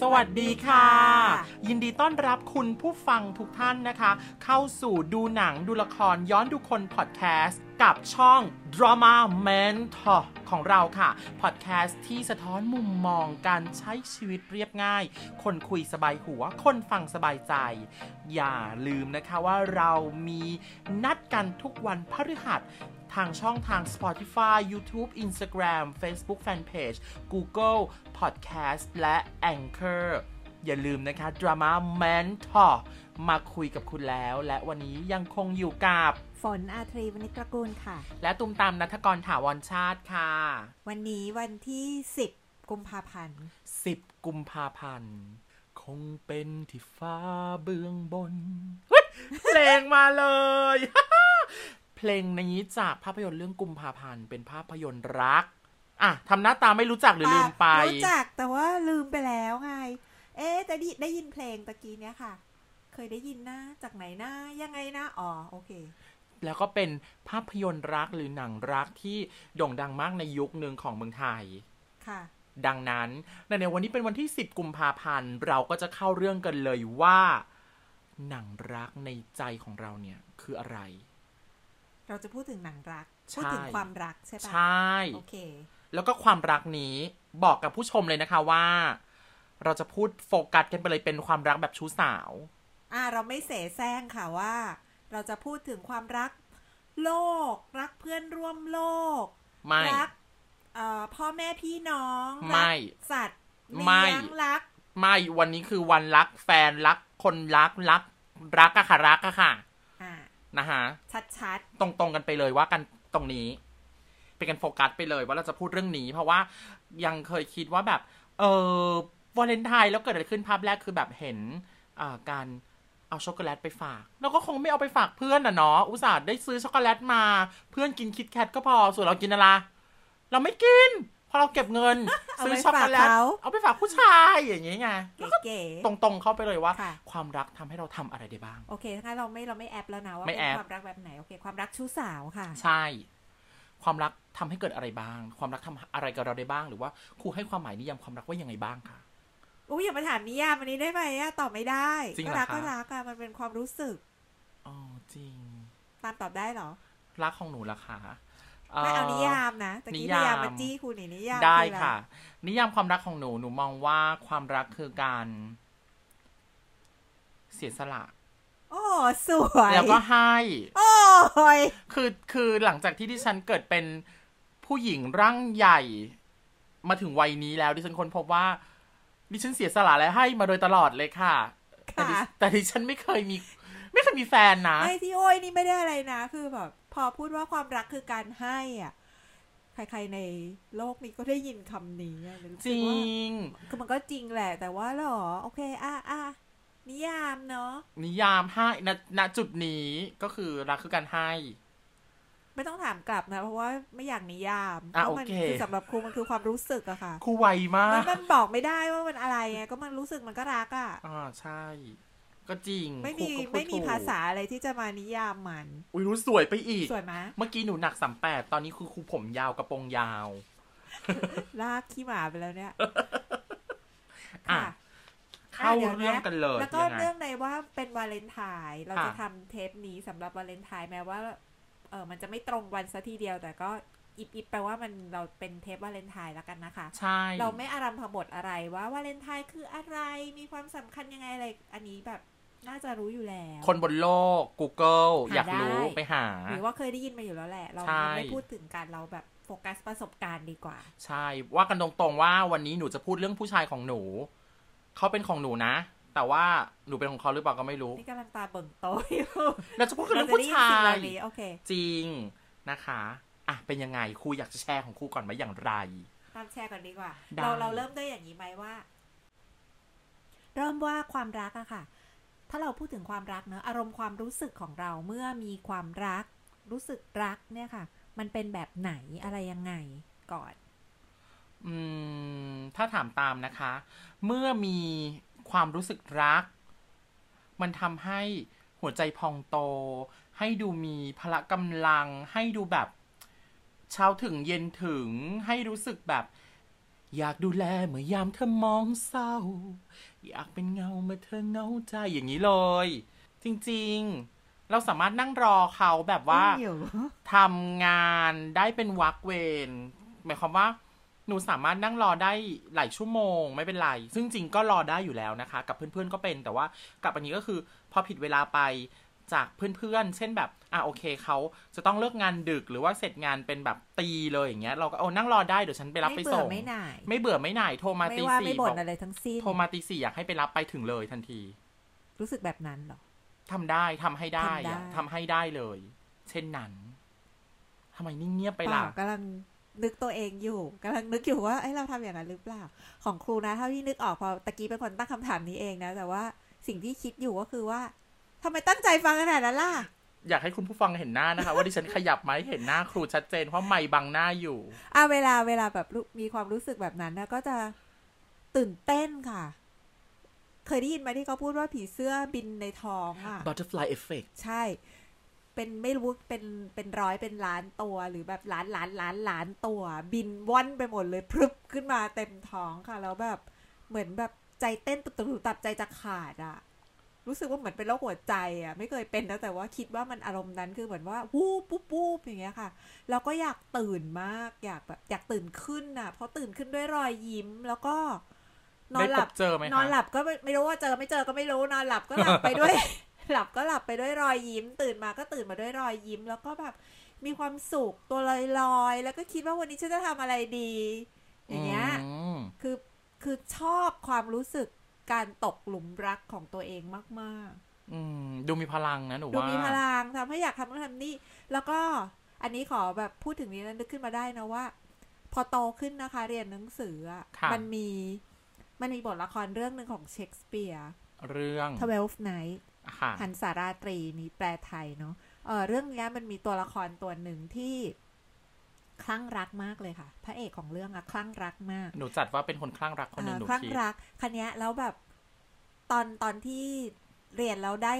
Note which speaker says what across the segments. Speaker 1: สวัสดีค่ะ ยินดีต้อนรับคุณผู้ฟังทุกท่านนะคะ เข้าสู่ดูหนังดูละครย้อนดูคนพอดแคสต์กับช่อง Drama Mentor ของเราค่ะพอดแคสต์ที่สะท้อนมุมมองการใช้ชีวิตเรียบง่าย คนคุยสบายหัว คนฟังสบายใจ อย่าลืมนะคะว่าเรามีนัดกันทุกวันพฤหัส ทางช่องทาง Spotify, YouTube, Instagram, Facebook Fanpage, Google Podcast และ Anchor อย่าลืมนะคะ Drama Mentor มาคุยกับคุณแล้ว และวันนี้ยังคงอยู่กับ
Speaker 2: ฝนอาทรีวณิชตระกูลค่ะ
Speaker 1: และตุมตามนัทกรถาวรชาติค่ะ
Speaker 2: วันนี้วันที่ 10 กุมภาพันธ์
Speaker 1: 10 กุมภาพันธ์ คงเป็นที่ฟ้าเบื้องบน เพลงมาเลย เพลงนี้จากภาพยนตร์เรื่องกุมภาพันธ์ เป็นภาพยนตร์รัก อ่ะทำหน้าตาไม่รู้จักหรือลืมไป
Speaker 2: รู้จักแต่ว่าลืมไปแล้วไง เอ๊ะแต่ได้ได้ยินเพลงตะกี้เนี้ยค่ะ เคยได้ยินนะจากไหนนะยังไงนะอ๋อโอเค
Speaker 1: แล้วก็เป็นภาพยนตร์รักหรือหนังรักที่โด่งดังมากในยุคหนึ่งของเมืองไทย
Speaker 2: ค่ะ
Speaker 1: ดังนั้นในในวันนี้เป็นวันที่ 10 กุมภาพันธ์ เราก็จะเข้าเรื่องกันเลยว่า หนังรักในใจของเราเนี่ยคืออะไร
Speaker 2: เราจะพูดถึงหนังรัก
Speaker 1: ใช่
Speaker 2: พูดถึงความรักใช่ปะ
Speaker 1: ใช่
Speaker 2: โอเค
Speaker 1: แล้วก็ความรักนี้บอกกับผู้ชมเลยนะคะว่า เราจะพูดโฟกัสกันไปเลยเป็นความรักแบบชู้สาว
Speaker 2: อ่าเราไม่เสแสร้งค่ะว่า เราจะพูดถึงความรัก โลก รักเพื่อนร่วมโลก
Speaker 1: ไม่
Speaker 2: รักเอ่อพ่อแม่พี่น้อง
Speaker 1: ไม่
Speaker 2: รักสัตว์
Speaker 1: ไม่
Speaker 2: เลี้ยงรัก
Speaker 1: ไม่วันนี้คือวันรักแฟนรักคนรักรัก รักอะค่ะรักอะค่ะ
Speaker 2: อ่า
Speaker 1: นะคะ
Speaker 2: ชัด
Speaker 1: ตรงๆกันไปเลยว่ากันตรงนี้เป็นกันโฟกัสไปเลยว่าเราจะพูดเรื่องนี้ เพราะว่ายังเคยคิดว่าแบบ เออวาเลนไทน์แล้วเกิดอะไรขึ้นภาพแรกคือแบบเห็นอ่าการเอาช็อกโกแลตไปฝากเราก็คงไม่เอาไปฝากเพื่อนอ่ะเนาะอุตส่าห์ได้ซื้อช็อกโกแลตมา เพื่อนกินคิดแคทก็พอส่วนเรากินอะไรเราไม่กินเพราะเราเก็บเงิน
Speaker 2: เอา
Speaker 1: ซื้อ
Speaker 2: ไป
Speaker 1: ช็อก
Speaker 2: ฝา
Speaker 1: โก
Speaker 2: ก
Speaker 1: แลต
Speaker 2: เขา
Speaker 1: เอาไปฝากผู้ชายอย่างงี้ไง
Speaker 2: เก๋
Speaker 1: ตรงๆเข้าไปเลยว่า
Speaker 2: ค่ะ
Speaker 1: ความรักทำให้เราทำอะไรได้บ้าง
Speaker 2: ๆ โอเคถ้าเราไม่เราไม่แอปแล้วนะว่า
Speaker 1: ไม่
Speaker 2: เป็
Speaker 1: แอป
Speaker 2: นความรักแบบไหน โอเค ความรักชู้สาวค่ะ
Speaker 1: ใช่ ความรักทำให้เกิดอะไรบ้าง ความรักทำอะไรกับเราได้บ้าง หรือว่าครูให้ความหมายนิยามความรักว่ายังไงบ้างคะ
Speaker 2: อุ้ยอย่ามาถามนิยามอันนี้ได้ไหมอะตอบไม่ได้
Speaker 1: จริงเหรอ
Speaker 2: ก็รัก
Speaker 1: คะ
Speaker 2: ก็รักอะมันเป็นความรู้สึก
Speaker 1: อ๋อจริง
Speaker 2: ตามตอบได้เหรอ
Speaker 1: รักของหนูล่ะคะ
Speaker 2: ไม่เอา
Speaker 1: เอ่อ
Speaker 2: นิยามนะตะกี้
Speaker 1: นิยาม
Speaker 2: นิยามมาจี้คุณนี่นิยาม
Speaker 1: ได้
Speaker 2: ออร
Speaker 1: ค่ะ นิยามความรักของหนูหนูมองว่าความรักคือการ เสียสละ
Speaker 2: โอ้สวย
Speaker 1: แล้วก็ให้
Speaker 2: โอ้ย
Speaker 1: คือคือหลังจากที่ดิฉันเกิดเป็นผู้หญิงร่างใหญ่ มาถึงวัยนี้แล้วดิฉันค้นพบว่า ดิฉันเสียสละและให้มาโดยตลอดเลยค่ะ แต่ดิ
Speaker 2: ค่ะ
Speaker 1: แต่ดิฉันไม่เคยมี ไม่เคยมีแฟนนะ
Speaker 2: ไอ้ที่โอ้ยนี่ไม่ได้อะไรนะ คือแบบพอพูดว่าความรักคือการให้อ่ะ ใครๆในโลกนี้ก็ได้ยินคำนี้อะรู้
Speaker 1: จ
Speaker 2: สึก
Speaker 1: ริ
Speaker 2: ว่า
Speaker 1: ง
Speaker 2: คือมันก็จริงแหละ แต่ว่าเหรอ โอเค อ่ะอ่ะนิยามเนาะ
Speaker 1: นิยามให้ณณจุดนี้ก็คือรักคือการให้
Speaker 2: ไม่ต้องถามกลับนะ เพราะว่าไม่อยากนิยาม
Speaker 1: อ่ะ
Speaker 2: พรามั
Speaker 1: โอเค
Speaker 2: คือสำหรับครูมันคือความรู้สึกอะค่ะ
Speaker 1: ครูไวมาม ก
Speaker 2: นมันบอกไม่ได้ว่ามันอะไรไงก็มันรู้สึกมันก็รักอะ
Speaker 1: อ่าใช่ ก็จริง
Speaker 2: ไม่
Speaker 1: ครู
Speaker 2: มี
Speaker 1: ก็พูด
Speaker 2: ไม่
Speaker 1: ถู
Speaker 2: มี
Speaker 1: ก
Speaker 2: ภาษาอะไรที่จะมานิยามมัน
Speaker 1: อุ้ยรู้สวยไปอีก
Speaker 2: สวยไหมะ
Speaker 1: เมื่อกี้หนูหนักสามแปดตอนนี้คือครูผมยาวกระโปรงยาว
Speaker 2: ลากขี้หมาไปแล้วเนี่ย
Speaker 1: อ่ะ
Speaker 2: ค่ะ
Speaker 1: เข้า
Speaker 2: อ่ะเดี๋ยวนะ
Speaker 1: เรื่องกันเลย
Speaker 2: แล้วก็
Speaker 1: ยังไง
Speaker 2: เรื่องในว่าเป็นวาเลนไทน์เรา
Speaker 1: ค่ะ
Speaker 2: จะทำเทปนี้สำหรับวาเลนไทน์แม้ว่าเออมันจะไม่ตรงวันซะทีเดียว แต่ก็อิบอิบแปลว่ามันเราเป็นเทปวาเลนไทน์แล้วกันนะคะ
Speaker 1: ใช่
Speaker 2: เราไม่อารัมพบทอะไรว่าวาเลนไทน์คืออะไรมีความสำคัญยังไงอะไร อันนี้แบบน่าจะรู้อยู่แล้ว
Speaker 1: คนบนโลก Google
Speaker 2: หา
Speaker 1: อยากรู้
Speaker 2: ได้
Speaker 1: ไปหา
Speaker 2: หรือว่าเคยได้ยินมาอยู่แล้วแหละ เรา
Speaker 1: ใช่
Speaker 2: ไม่พูดถึงกันเราแบบโฟกัสประสบการณ์ดีกว่า
Speaker 1: ใช่ ว่ากันตรงๆว่าวันนี้หนูจะพูดเรื่องผู้ชายของหนู เขาเป็นของหนูนะ แต่ว่าหนูเป็นของเขาหรือเปล่าก็ไม่รู้
Speaker 2: นี่กำลังตาเบิ่งโตอยู่
Speaker 1: เราจะพูดกัน
Speaker 2: เรา
Speaker 1: เรื่องผู้
Speaker 2: จะได้ยิน
Speaker 1: ชา
Speaker 2: สิ่
Speaker 1: ย
Speaker 2: งเหล่านี้โอเค
Speaker 1: จริงนะคะอ่ะเป็นยังไงครูอยากจะแชร์ของครูก่อนไหมอย่างไร
Speaker 2: ตามแชร์ก่อนดีกว่า
Speaker 1: ได้
Speaker 2: เราเราเริ่มด้วยอย่างนี้ไหมว่า เริ่มว่าความรักอะค่ะ ถ้าเราพูดถึงความรักเนอะอารมณ์ความรู้สึกของเราเมื่อมีความรัก รู้สึกรักเนี่ยค่ะ มันเป็นแบบไหนอะไรยังไงก่อน
Speaker 1: อืม ถ้าถามตามนะคะ เมื่อมีความรู้สึกรัก มันทำให้หัวใจพองโต ให้ดูมีพละกำลัง ให้ดูแบบเช้าถึงเย็นถึง ให้รู้สึกแบบ อยากดูแลเมื่อยามเธอมองเศร้า อยากเป็นเงาเมื่อเธอเหงาใจอย่างนี้เลย จริงๆ เราสามารถนั่งรอเขาแบบว่า
Speaker 3: เดี๋ยว
Speaker 1: ทำงานได้เป็นวักเวนหมายความว่า หนูสามารถนั่งรอได้หลายชั่วโมงไม่เป็นไร ซึ่งจริงก็รอได้อยู่แล้วนะคะ กับเพื่อนๆก็เป็นแต่ว่ากับอันนี้ก็คือพอผิดเวลาไปจากเพื่อนๆ เช่นแบบอ่ะโอเคเขาจะต้องเลิกงานดึกหรือว่าเสร็จงานเป็นแบบตีเลยอย่างเงี้ยเราก็เอานั่งรอได้เดี๋ยวฉันไปรับไป
Speaker 2: ไม่เบื่
Speaker 1: ส่
Speaker 2: อง ไม่หน่าย
Speaker 1: ไม่เบื่อไม่หน่ายโทรมา
Speaker 2: ไม่
Speaker 1: ตี
Speaker 2: ว่า
Speaker 1: สี่
Speaker 2: ไม่
Speaker 1: บ
Speaker 2: บ่
Speaker 1: อน ก
Speaker 2: อะไรทั้งสิ้น
Speaker 1: โทรมาตีสี่อยากให้ไปรับไปถึงเลยทันที
Speaker 2: รู้สึกแบบนั้นเหรอ
Speaker 1: ทำได้ทำให้ได้
Speaker 2: ทำได้
Speaker 1: อะทำให้ได้เลย เช่นนั้นทำไมนิ่งเงียบไปล่ะ
Speaker 2: เากำลังนึกตัวเองอยู่กำลังนึกอยู่ว่าเอ้ยเราทำอย่างนั้นหรือเปล่า ของครูนะเท่าที่นึกออกพอตะกี้เป็นคนตั้งคำถามนี้เองนะ แต่ว่าสิ่งที่คิดอยู่ก็คือว่าทำไมตั้งใจฟังขนาดนั้นล่ะ
Speaker 1: อยากให้คุณผู้ฟังเห็นหน้านะคะ ว่าดิฉันขยับไหมเห็นหน้าครูชัดเจนเพราะไม่บังหน้าอยู่
Speaker 2: อ่ะเวลาเวลาแบบรู้มีความรู้สึกแบบนั้นนะก็จะตื่นเต้นค่ะ เคยได้ยินไหมที่เขาพูดว่าผีเสื้อบินในท้องอ่ะ
Speaker 1: butterfly effect
Speaker 2: ใช่ เป็นไม่รู้เป็นเป็นร้อยเป็นล้านตัวหรือแบบล้านล้านล้านล้านตัว บินว่อนไปหมดเลยพรึบขึ้นมาเต็มท้องค่ะ แล้วแบบเหมือนแบบใจเต้นตุบตุบตุบตับใจจะขาดอะรู้สึกว่าเหมือนเป็นโรคหัวใจอะไม่เคยเป็นนะแต่ว่าคิดว่ามันอารมณ์นั้นคือเหมือนว่าวูบปุ๊บปุ๊บอย่างเงี้ยค่ะ แล้วก็อยากตื่นมากอยากแบบอยากตื่นขึ้นอะเพราะตื่นขึ้นด้วยรอยยิ้มแล้วก็ นอ
Speaker 1: ได้
Speaker 2: นห
Speaker 1: พ
Speaker 2: ลับ
Speaker 1: บเจอไหม
Speaker 2: นอนห
Speaker 1: คะ
Speaker 2: ลับก็ไม่ไม่รู้ว่าเจอไม่เจอก็ไม่รู้นอนหลับก็หลับไปด้วย หลับก็หลับไปด้วยรอยยิ้ม ตื่นมาก็ตื่นมาด้วยรอยยิ้ม แล้วก็แบบมีความสุขตัวลอยลอยๆแล้วก็คิดว่าวันนี้ฉันจะทำอะไรดี อย่างเงี้ย
Speaker 1: ม
Speaker 2: คือคือชอบความรู้สึกการตกหลุมรักของตัวเองมาก
Speaker 1: อืม ดูมีพลังนะหนู
Speaker 2: ๆ ดู
Speaker 1: ว่า
Speaker 2: มีพลังทำให้อยากทำนู่นทำนี่แล้วก็อันนี้ขอแบบพูดถึงนี้แล้วนึกขึ้นมาได้นะว่า พอโตขึ้นนะคะ เรียนหนังสืออะมันมีมันมีบทละครเรื่องหนึ่งของเชคสเปียร์
Speaker 1: เรื่อง
Speaker 2: Twelve Night
Speaker 1: ค่ะ
Speaker 2: หันสาราตรีมีแปลไทยเนาะเออเรื่องเนี้ยมันมีตัวละครตัวหนึ่งที่คลั่งรักมากเลยค่ะ พระเอกของเรื่องอะคลั่งรักมาก
Speaker 1: หนูจัดว่าเป็นคนคลั่งรักคนหนึ่งหนู
Speaker 2: เออคลั่ง
Speaker 1: คิด
Speaker 2: รักคันเนี้ยแล้วแบบตอนตอนที่เรียนแล้วได้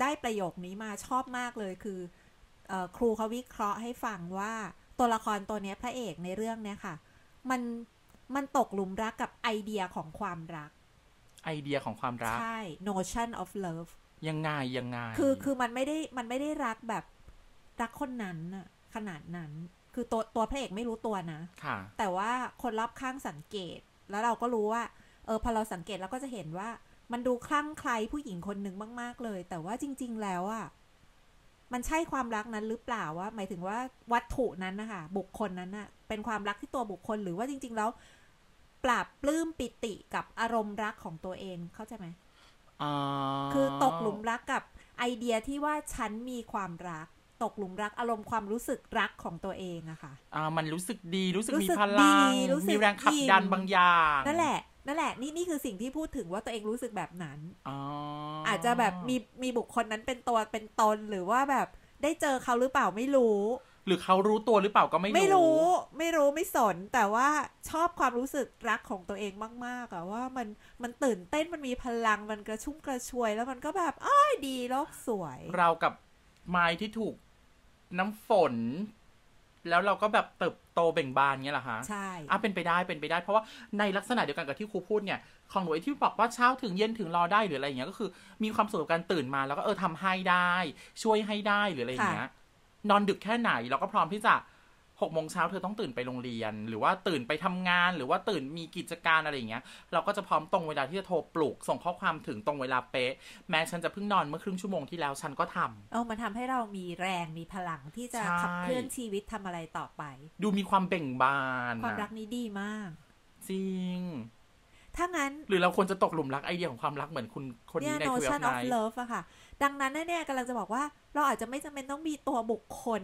Speaker 2: ได้ประโยคนี้มาชอบมากเลยคือเออครูเขาวิเคราะห์ให้ฟังว่าตัวละครตัวเนี้ยพระเอกในเรื่องเนี้ยค่ะ มันมันตกหลุมรักกับไอเดียของความรัก
Speaker 1: ไอเดียของความรัก
Speaker 2: ใช่ notion of love
Speaker 1: ยังไงยังไง
Speaker 2: คือคือมันไม่ได้มันไม่ได้รักแบบรักคนนั้นน่ะขนาดนั้น คือตัวตัวพระเอกไม่รู้ตัวนะ
Speaker 1: ค่ะ
Speaker 2: แต่ว่าคนรอบข้างสังเกต แล้วเราก็รู้ว่าเออพอเราสังเกตเราก็จะเห็นว่า มันดูคลั่งไคล้ผู้หญิงคนหนึ่งมาก ๆ เลย แต่ว่าจริง ๆ แล้วอ่ะมันใช่ความรักนั้นหรือเปล่าว่า หมายถึงว่าวัตถุนั้นนะคะบุคคลนั้นน่ะ เป็นความรักที่ตัวบุคคลหรือว่าจริง ๆ แล้ว ปราบปลื้มปิติกับอารมณ์รักของตัวเองเข้าใจไหม
Speaker 1: อ๋อ
Speaker 2: คือตกหลุมรักกับไอเดียที่ว่าฉันมีความรัก ตกหลุมรักอารมณ์ความรู้สึกรักของตัวเองอะค่ะ
Speaker 1: อ่ามันรู้สึกดีรู้สึก
Speaker 2: รู้
Speaker 1: มี
Speaker 2: สึก
Speaker 1: พลัง
Speaker 2: ดีรู้สึก
Speaker 1: มีแรงขับ
Speaker 2: อิ่ม
Speaker 1: ดันบางอย่าง
Speaker 2: นั่นแหละ นั่นแหละนี่นี่คือสิ่งที่พูดถึงว่าตัวเองรู้สึกแบบนั้น
Speaker 1: อ๋อ
Speaker 2: อาจจะแบบมีมีบุคคลนั้นเป็นตัวเป็นตนหรือว่าแบบได้เจอเขาหรือเปล่าไม่รู้
Speaker 1: หรือเขารู้ตัวหรือเปล่าก็ไม่
Speaker 2: ไม่รู้ไม่รู้ไม่สน แต่ว่าชอบความรู้สึกรักของตัวเองมากๆอะว่ามันมันตื่นเต้นมันมีพลังมันกระชุ่มกระชวย แล้วมันก็แบบอ้อยดีโลกสวย
Speaker 1: เรากับไม้ที่ถูกน้ำฝน แล้วเราก็แบบเติบโตเบ่งบานเงี้ยเหรอคะ
Speaker 2: ใช่
Speaker 1: อ่ะเป็นไปได้เป็นไปได้ เพราะว่าในลักษณะเดียวกันกับที่ครูพูดเนี่ยของหนูไอ้ที่บอกว่าเช้าถึงเย็นถึงรอได้หรืออะไรอย่างเงี้ยก็คือ มีความสุขกับการตื่นมาแล้วก็เออทำให้ได้ ช่วยให้ได้หรืออะไรอย่างเงี้ยนอนดึกแค่ไหนเราก็พร้อมที่จะหกโมงเช้าเธอต้องตื่นไปโรงเรียน หรือว่าตื่นไปทำงาน หรือว่าตื่นมีกิจการอะไรอย่างเงี้ย เราก็จะพร้อมตรงเวลาที่จะโทรปลุกส่งข้อความถึงตรงเวลาเป๊ะแม้ฉันจะเพิ่งนอนเมื่อครึ่งชั่วโมงที่แล้วฉันก็ทำ
Speaker 2: เออมันทำให้เรามีแรงมีพลังที่จะ
Speaker 1: ใช่
Speaker 2: ขับเคลื่อนชีวิตทำอะไรต่อไป
Speaker 1: ดูมีความเบ่งบาน
Speaker 2: ความรั
Speaker 1: นะ
Speaker 2: กนี้ดีมาก
Speaker 1: จริง
Speaker 2: ถ้างั้น
Speaker 1: หรือเราควรจะตกหลุมรักไอเดียของความรักเหมือนคุณคน
Speaker 2: เนี่ย
Speaker 1: นี้ใน
Speaker 2: notion
Speaker 1: 12
Speaker 2: of
Speaker 1: night
Speaker 2: love อะค่ะ ดังนั้นเนี่ยกำลังจะบอกว่าเราอาจจะไม่จำเป็นต้องมีตัวบุคคล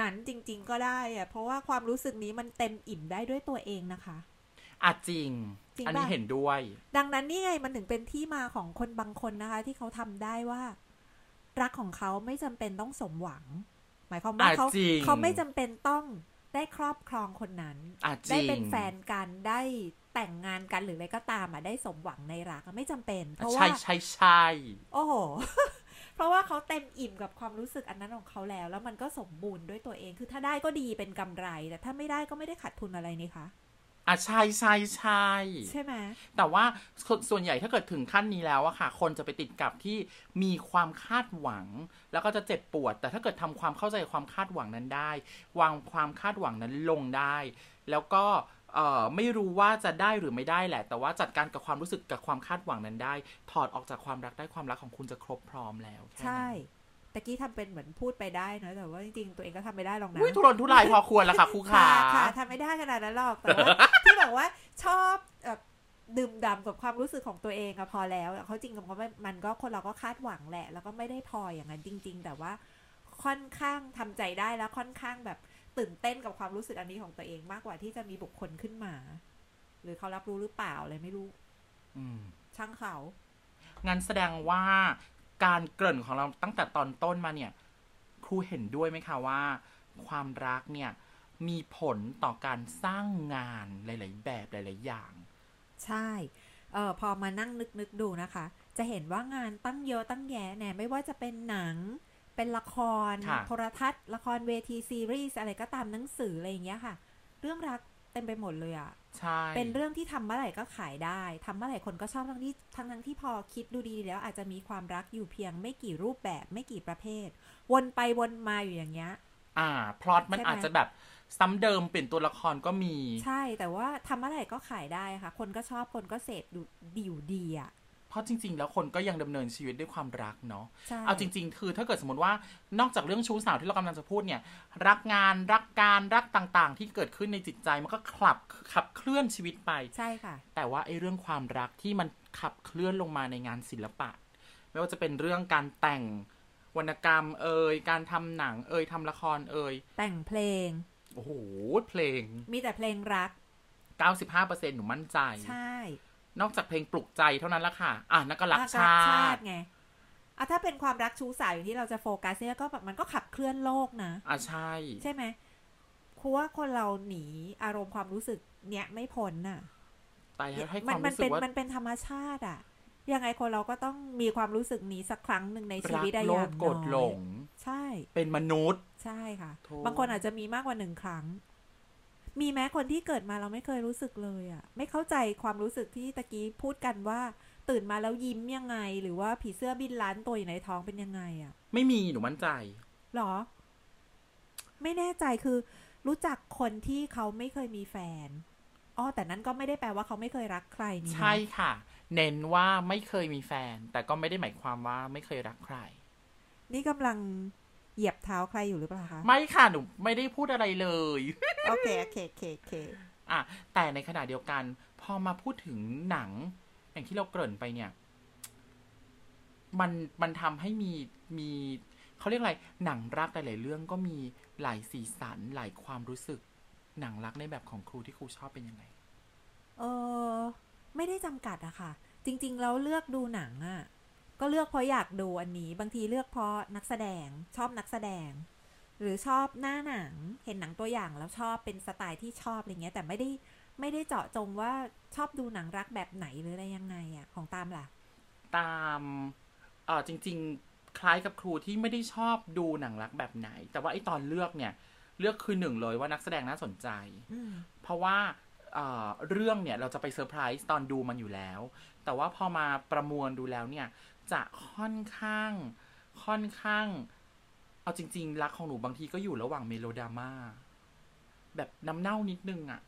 Speaker 2: นั้นจริง ๆ ก็ได้อะเพราะว่าความรู้สึกนี้มันเต็มอิ่มได้ด้วยตัวเองนะคะ
Speaker 1: อ่ะจริง
Speaker 2: จริง
Speaker 1: อันนี้
Speaker 2: ป่ะ
Speaker 1: เห็นด้วย
Speaker 2: ดังนั้นนี่ไงมันถึงเป็นที่มาของคนบางคนนะคะ ที่เขาทำได้ว่า รักของเขาไม่จำเป็นต้องสมหวัง หมายความว่า
Speaker 1: อ่ะ
Speaker 2: เขา
Speaker 1: จริง
Speaker 2: เขาไม่จำเป็นต้องได้ครอบครองคนนั้น
Speaker 1: อ่ะจ
Speaker 2: ได้
Speaker 1: ริง
Speaker 2: เป็นแฟนกันได้แต่งงานกันหรืออะไรก็ตามอ่ะได้สมหวังในรักอะไม่จำเป็น เพ
Speaker 1: อ่ะ
Speaker 2: ราะ
Speaker 1: ใช่
Speaker 2: ว่า
Speaker 1: ใช่ใช่
Speaker 2: โอ้โห เพราะว่าเขาเต็มอิ่มกับความรู้สึกอันนั้นของเขาแล้ว แล้วมันก็สมบูรณ์ด้วยตัวเองคือถ้าได้ก็ดีเป็นกำไร แต่ถ้าไม่ได้ก็ไม่ได้ขาดทุนอะไรนี่คะ
Speaker 1: อ่ะใช่ใช่ใช่
Speaker 2: ใช่ไหม
Speaker 1: แต่ว่าสส่วนใหญ่ถ้าเกิดถึงขั้นนี้แล้วอะค่ะ คนจะไปติดกับที่มีความคาดหวัง แล้วก็จะเจ็บปวด แต่ถ้าเกิดทำความเข้าใจความคาดหวังนั้นได้ วางความคาดหวังนั้นลงได้ แล้วก็เอ่อไม่รู้ว่าจะได้หรือไม่ได้แหละ แต่ว่าจัดการกับความรู้สึกกับความคาดหวังนั้นได้ ถอดออกจากความรักได้ความรักของคุณจะครบพร้อมแล้วแค่นั้น
Speaker 2: ใช่ตะกี้ทำเป็นเหมือนพูดไปได้เนอะแต่ว่าจริงๆตัวเองก็ทำไม่ได้หรอกนะ
Speaker 1: อุ้ยทุรนทุรายพอควรละค่ะครูขา
Speaker 2: ค่ะทำไม่ได้ขนาดนั้นหรอก แต่ว่า ที่บอกว่าชอบแบบดื่มด่ำกับความรู้สึกของตัวเองอะพอแล้วเขาจริงๆมันก็มันก็คนเราก็คาดหวังแหละ แล้วก็ไม่ได้พออย่างนั้นจริง ๆ แต่ว่าค่อนข้างทำใจได้แล้วค่อนข้างแบบตื่นเต้นกับความรู้สึกอันนี้ของตัวเองมากกว่าที่จะมีบุคคลขึ้นมา หรือเขารับรู้หรือเปล่าอะไรไม่รู้
Speaker 1: อืม
Speaker 2: ช่างเขา
Speaker 1: งั้นแสดงว่าการเกริ่นของเราตั้งแต่ตอนต้นมาเนี่ย ครูเห็นด้วยไหมคะว่า ความรักเนี่ย มีผลต่อการสร้างงานหลาย ๆ แบบหลาย ๆ อย่าง
Speaker 2: ใช่ เออพอมานั่งนึกนึกดูนะคะ จะเห็นว่างานตั้งเยอะตั้งแยะแน่ไม่ว่าจะเป็นหนัง เป็นละคร
Speaker 1: ค่ะ
Speaker 2: โทรทัศน์ ละครเวทีซีรีส์อะไรก็ตามหนังสืออะไรอย่างเงี้ยค่ะ เรื่องรักเต็มไปหมดเลยอะ่ะ
Speaker 1: ใช่
Speaker 2: เป็นเรื่องที่ทำเมื่อไหร่ก็ขายได้ทำเมื่อไหร่คนก็ชอบทั้งที่ทั้งทั้งที่พอคิดดูดีๆแล้วอาจจะมีความรักอยู่เพียงไม่กี่รูปแบบไม่กี่ประเภท วนไปวนมาอยู่อย่างเงี้ย
Speaker 1: อ่าพล็อตมัน
Speaker 2: ใช่ไหม
Speaker 1: อาจจะแบบซ้ำเดิมเปลี่ยนตัวละครก็มี
Speaker 2: ใช่ แต่ว่าทำเมื่อไหร่ก็ขายได้ค่ะ คนก็ชอบคนก็เสพดูดีอยู่ดีอะ่ะ
Speaker 1: เพราะจริง ๆ แล้วคนก็ยังดำเนินชีวิตด้วยความรักเนาะ
Speaker 2: ใช่
Speaker 1: เอาจริง ๆ คือถ้าเกิดสมมติว่านอกจากเรื่องชู้สาวที่เรากำลังจะพูดเนี่ย รักงานรักการรักต่าง ๆ ที่เกิดขึ้นในจิตใจมันก็ขับขับเคลื่อนชีวิตไป
Speaker 2: ใช่ค่ะ
Speaker 1: แต่ว่าไอ้เรื่องความรักที่มันขับเคลื่อนลงมาในงานศิลปะ ไม่ว่าจะเป็นเรื่องการแต่งวรรณกรรมเอ่ยการทำหนังเอ่ยทำละครเอ่ย
Speaker 2: แต่งเพลง
Speaker 1: โอ้โหเพลง
Speaker 2: มีแต่เพลงรัก
Speaker 1: 95%หนูมั่นใจ
Speaker 2: ใช่
Speaker 1: นอกจากเพลงปลุกใจเท่านั้นละค่ะ อ่ะนักก็รักชา
Speaker 2: ชา
Speaker 1: ติ
Speaker 2: ติไงอ่ะถ้าเป็นความรักชู้สาวอย่างที่เราจะโฟกัสเนี่ยก็แบบมันก็ขับเคลื่อนโลกนะ
Speaker 1: อ่ะใช่
Speaker 2: ใช่ไหมครูว่าคนเราหนีอารมณ์ความรู้สึกเนี้ยไม่พ้นน่ะ
Speaker 1: ตายแล้วให้ค
Speaker 2: มั
Speaker 1: วาม
Speaker 2: มั
Speaker 1: รู้สึ
Speaker 2: เป็
Speaker 1: ก
Speaker 2: น
Speaker 1: ว่า
Speaker 2: มันเป็นธรรมชาติอ่ะ ยังไงคนเราก็ต้องมีความรู้สึกนี้สักครั้งหนึ่งในชี
Speaker 1: รั
Speaker 2: วิต
Speaker 1: ก
Speaker 2: ได้
Speaker 1: โล
Speaker 2: อย่า
Speaker 1: ภ
Speaker 2: ง
Speaker 1: โกรธหล
Speaker 2: น้อย
Speaker 1: ง
Speaker 2: ใช่
Speaker 1: เป็นมนุษย์
Speaker 2: ใช่ค่ะ
Speaker 1: โธ่
Speaker 2: บางคนอาจจะมีมากกว่าหนึ่งครั้ง มีแม้คนที่เกิดมาเราไม่เคยรู้สึกเลยอะ่ะ ไม่เข้าใจความรู้สึกที่ตะกี้พูดกันว่า ตื่นมาแล้วยิ้มยังไง หรือว่าผีเสื้อบินล้านตัวอยู่ในท้องเป็นยังไงอะ่ะ
Speaker 1: ไม่มีหนูมั่นใจ
Speaker 2: หรอ ไม่แน่ใจคือ รู้จักคนที่เขาไม่เคยมีแฟนอ๋อแต่นั้นก็ไม่ได้แปลว่าเขาไม่เคยรักใครนี่นะ
Speaker 1: ใช่ค่ะ เน้นว่าไม่เคยมีแฟน แต่ก็ไม่ได้หมายความว่าไม่เคยรักใคร
Speaker 2: นี่กำลังเหยียบเท้าใครอยู่หรือเปล่าคะ
Speaker 1: ไม่ค่ะหนูไม่ได้พูดอะไรเลย
Speaker 2: โอเคโอเคโอเคโอเค
Speaker 1: อ่ะแต่ในขณะเดียวกัน พอมาพูดถึงหนัง อย่างที่เราเกริ่นไปเนี่ย มันมันทำให้มีมีเขาเรียกอะไร หนังรักหลายๆเรื่องก็มีหลายสีสันหลายความรู้สึก หนังรักในแบบของครูที่ครูชอบเป็นยังไง
Speaker 2: เออไม่ได้จำกัดอะค่ะ จริง ๆ แล้วเลือกดูหนังอะก็เลือกเพราะอยากดูอันนี้ บางทีเลือกเพราะนักแสดง ชอบนักแสดง หรือชอบหน้าหนัง เห็นหนังตัวอย่างแล้วชอบเป็นสไตล์ที่ชอบอะไรเงี้ย แต่ไม่ได้ไม่ได้เจาะจงว่าชอบดูหนังรักแบบไหนหรืออะไรยังไงอะของตามล่ะ
Speaker 1: ตามเออจริง ๆ คล้ายกับครูที่ไม่ได้ชอบดูหนังรักแบบไหน แต่ว่าไอ้ตอนเลือกเนี่ย เลือกคือหนึ่งเลยว่านักแสดงน่าสนใจ
Speaker 2: อืม
Speaker 1: เพราะว่าเอ่อเรื่องเนี่ยเราจะไปเซอร์ไพรส์ตอนดูมันอยู่แล้ว แต่ว่าพอมาประมวลดูแล้วเนี่ย จะค่อนข้าง ค่อนข้าง เอาจริง ๆ รักของหนูบางทีก็อยู่ระหว่างเมโลดราม่าแบบน้ำเน่านิดนึงอะ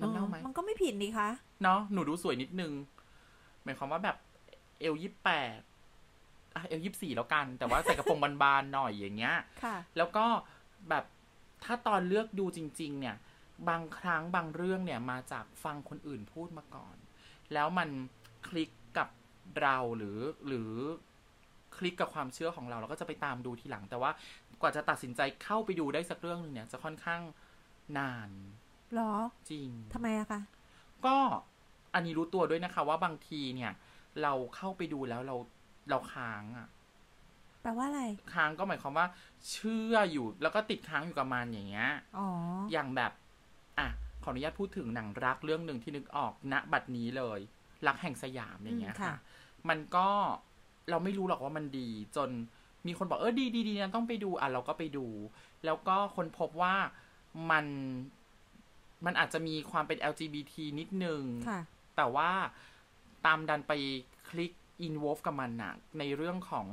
Speaker 1: น้ำเน่าไหม
Speaker 2: เออมันก็ไม่ผิดนี่คะ
Speaker 1: เนาะหนูดูสวยนิดนึง หมายความว่าแบบเอลยี่แปดเอลยี่สี่แล้วกัน แต่ว่าใส่กระโปรงบานๆหน่อยอย่างเงี้ย
Speaker 2: ค่ะ
Speaker 1: แล้วก็แบบถ้าตอนเลือกดูจริง ๆ เนี่ย บางครั้งบางเรื่องเนี่ยมาจากฟังคนอื่นพูดมาก่อน แล้วมันคลิกกับเราหรือหรือคลิกกับความเชื่อของเราเราก็จะไปตามดูทีหลัง แต่ว่ากว่าจะตัดสินใจเข้าไปดูได้สักเรื่องหนึ่งเนี่ย จะค่อนข้างนาน
Speaker 2: หรอ
Speaker 1: จริง
Speaker 2: ทำไมอะคะ
Speaker 1: ก็อันนี้รู้ตัวด้วยนะคะ ว่าบางทีเนี่ย เราเข้าไปดูแล้วเราเราค้างอะ
Speaker 2: แปลว่าอะไร
Speaker 1: ค้างก็หมายความว่าเชื่ออยู่แล้วก็ติดค้างอยู่กับมันอย่างเงี้ย
Speaker 2: อ๋อ
Speaker 1: อย่างแบบ อ่ะ ขออนุญาตพูดถึงหนังรักเรื่องหนึ่งที่นึกออกณบัดนี้เลย รักแห่งสยามอย่างเงี้ย
Speaker 2: อืมค่ะ
Speaker 1: ค่ะ มันก็เราไม่รู้หรอกว่ามันดีจนมีคนบอกเออดีดีดีนะต้องไปดูอ่ะเราก็ไปดู แล้วก็คนพบว่ามัน มันอาจจะมีความเป็น LGBT นิดนึง
Speaker 2: ค่ะ
Speaker 1: แต่ว่าตามดันไปคลิกอินวอฟกับมันหนักในเรื่องของ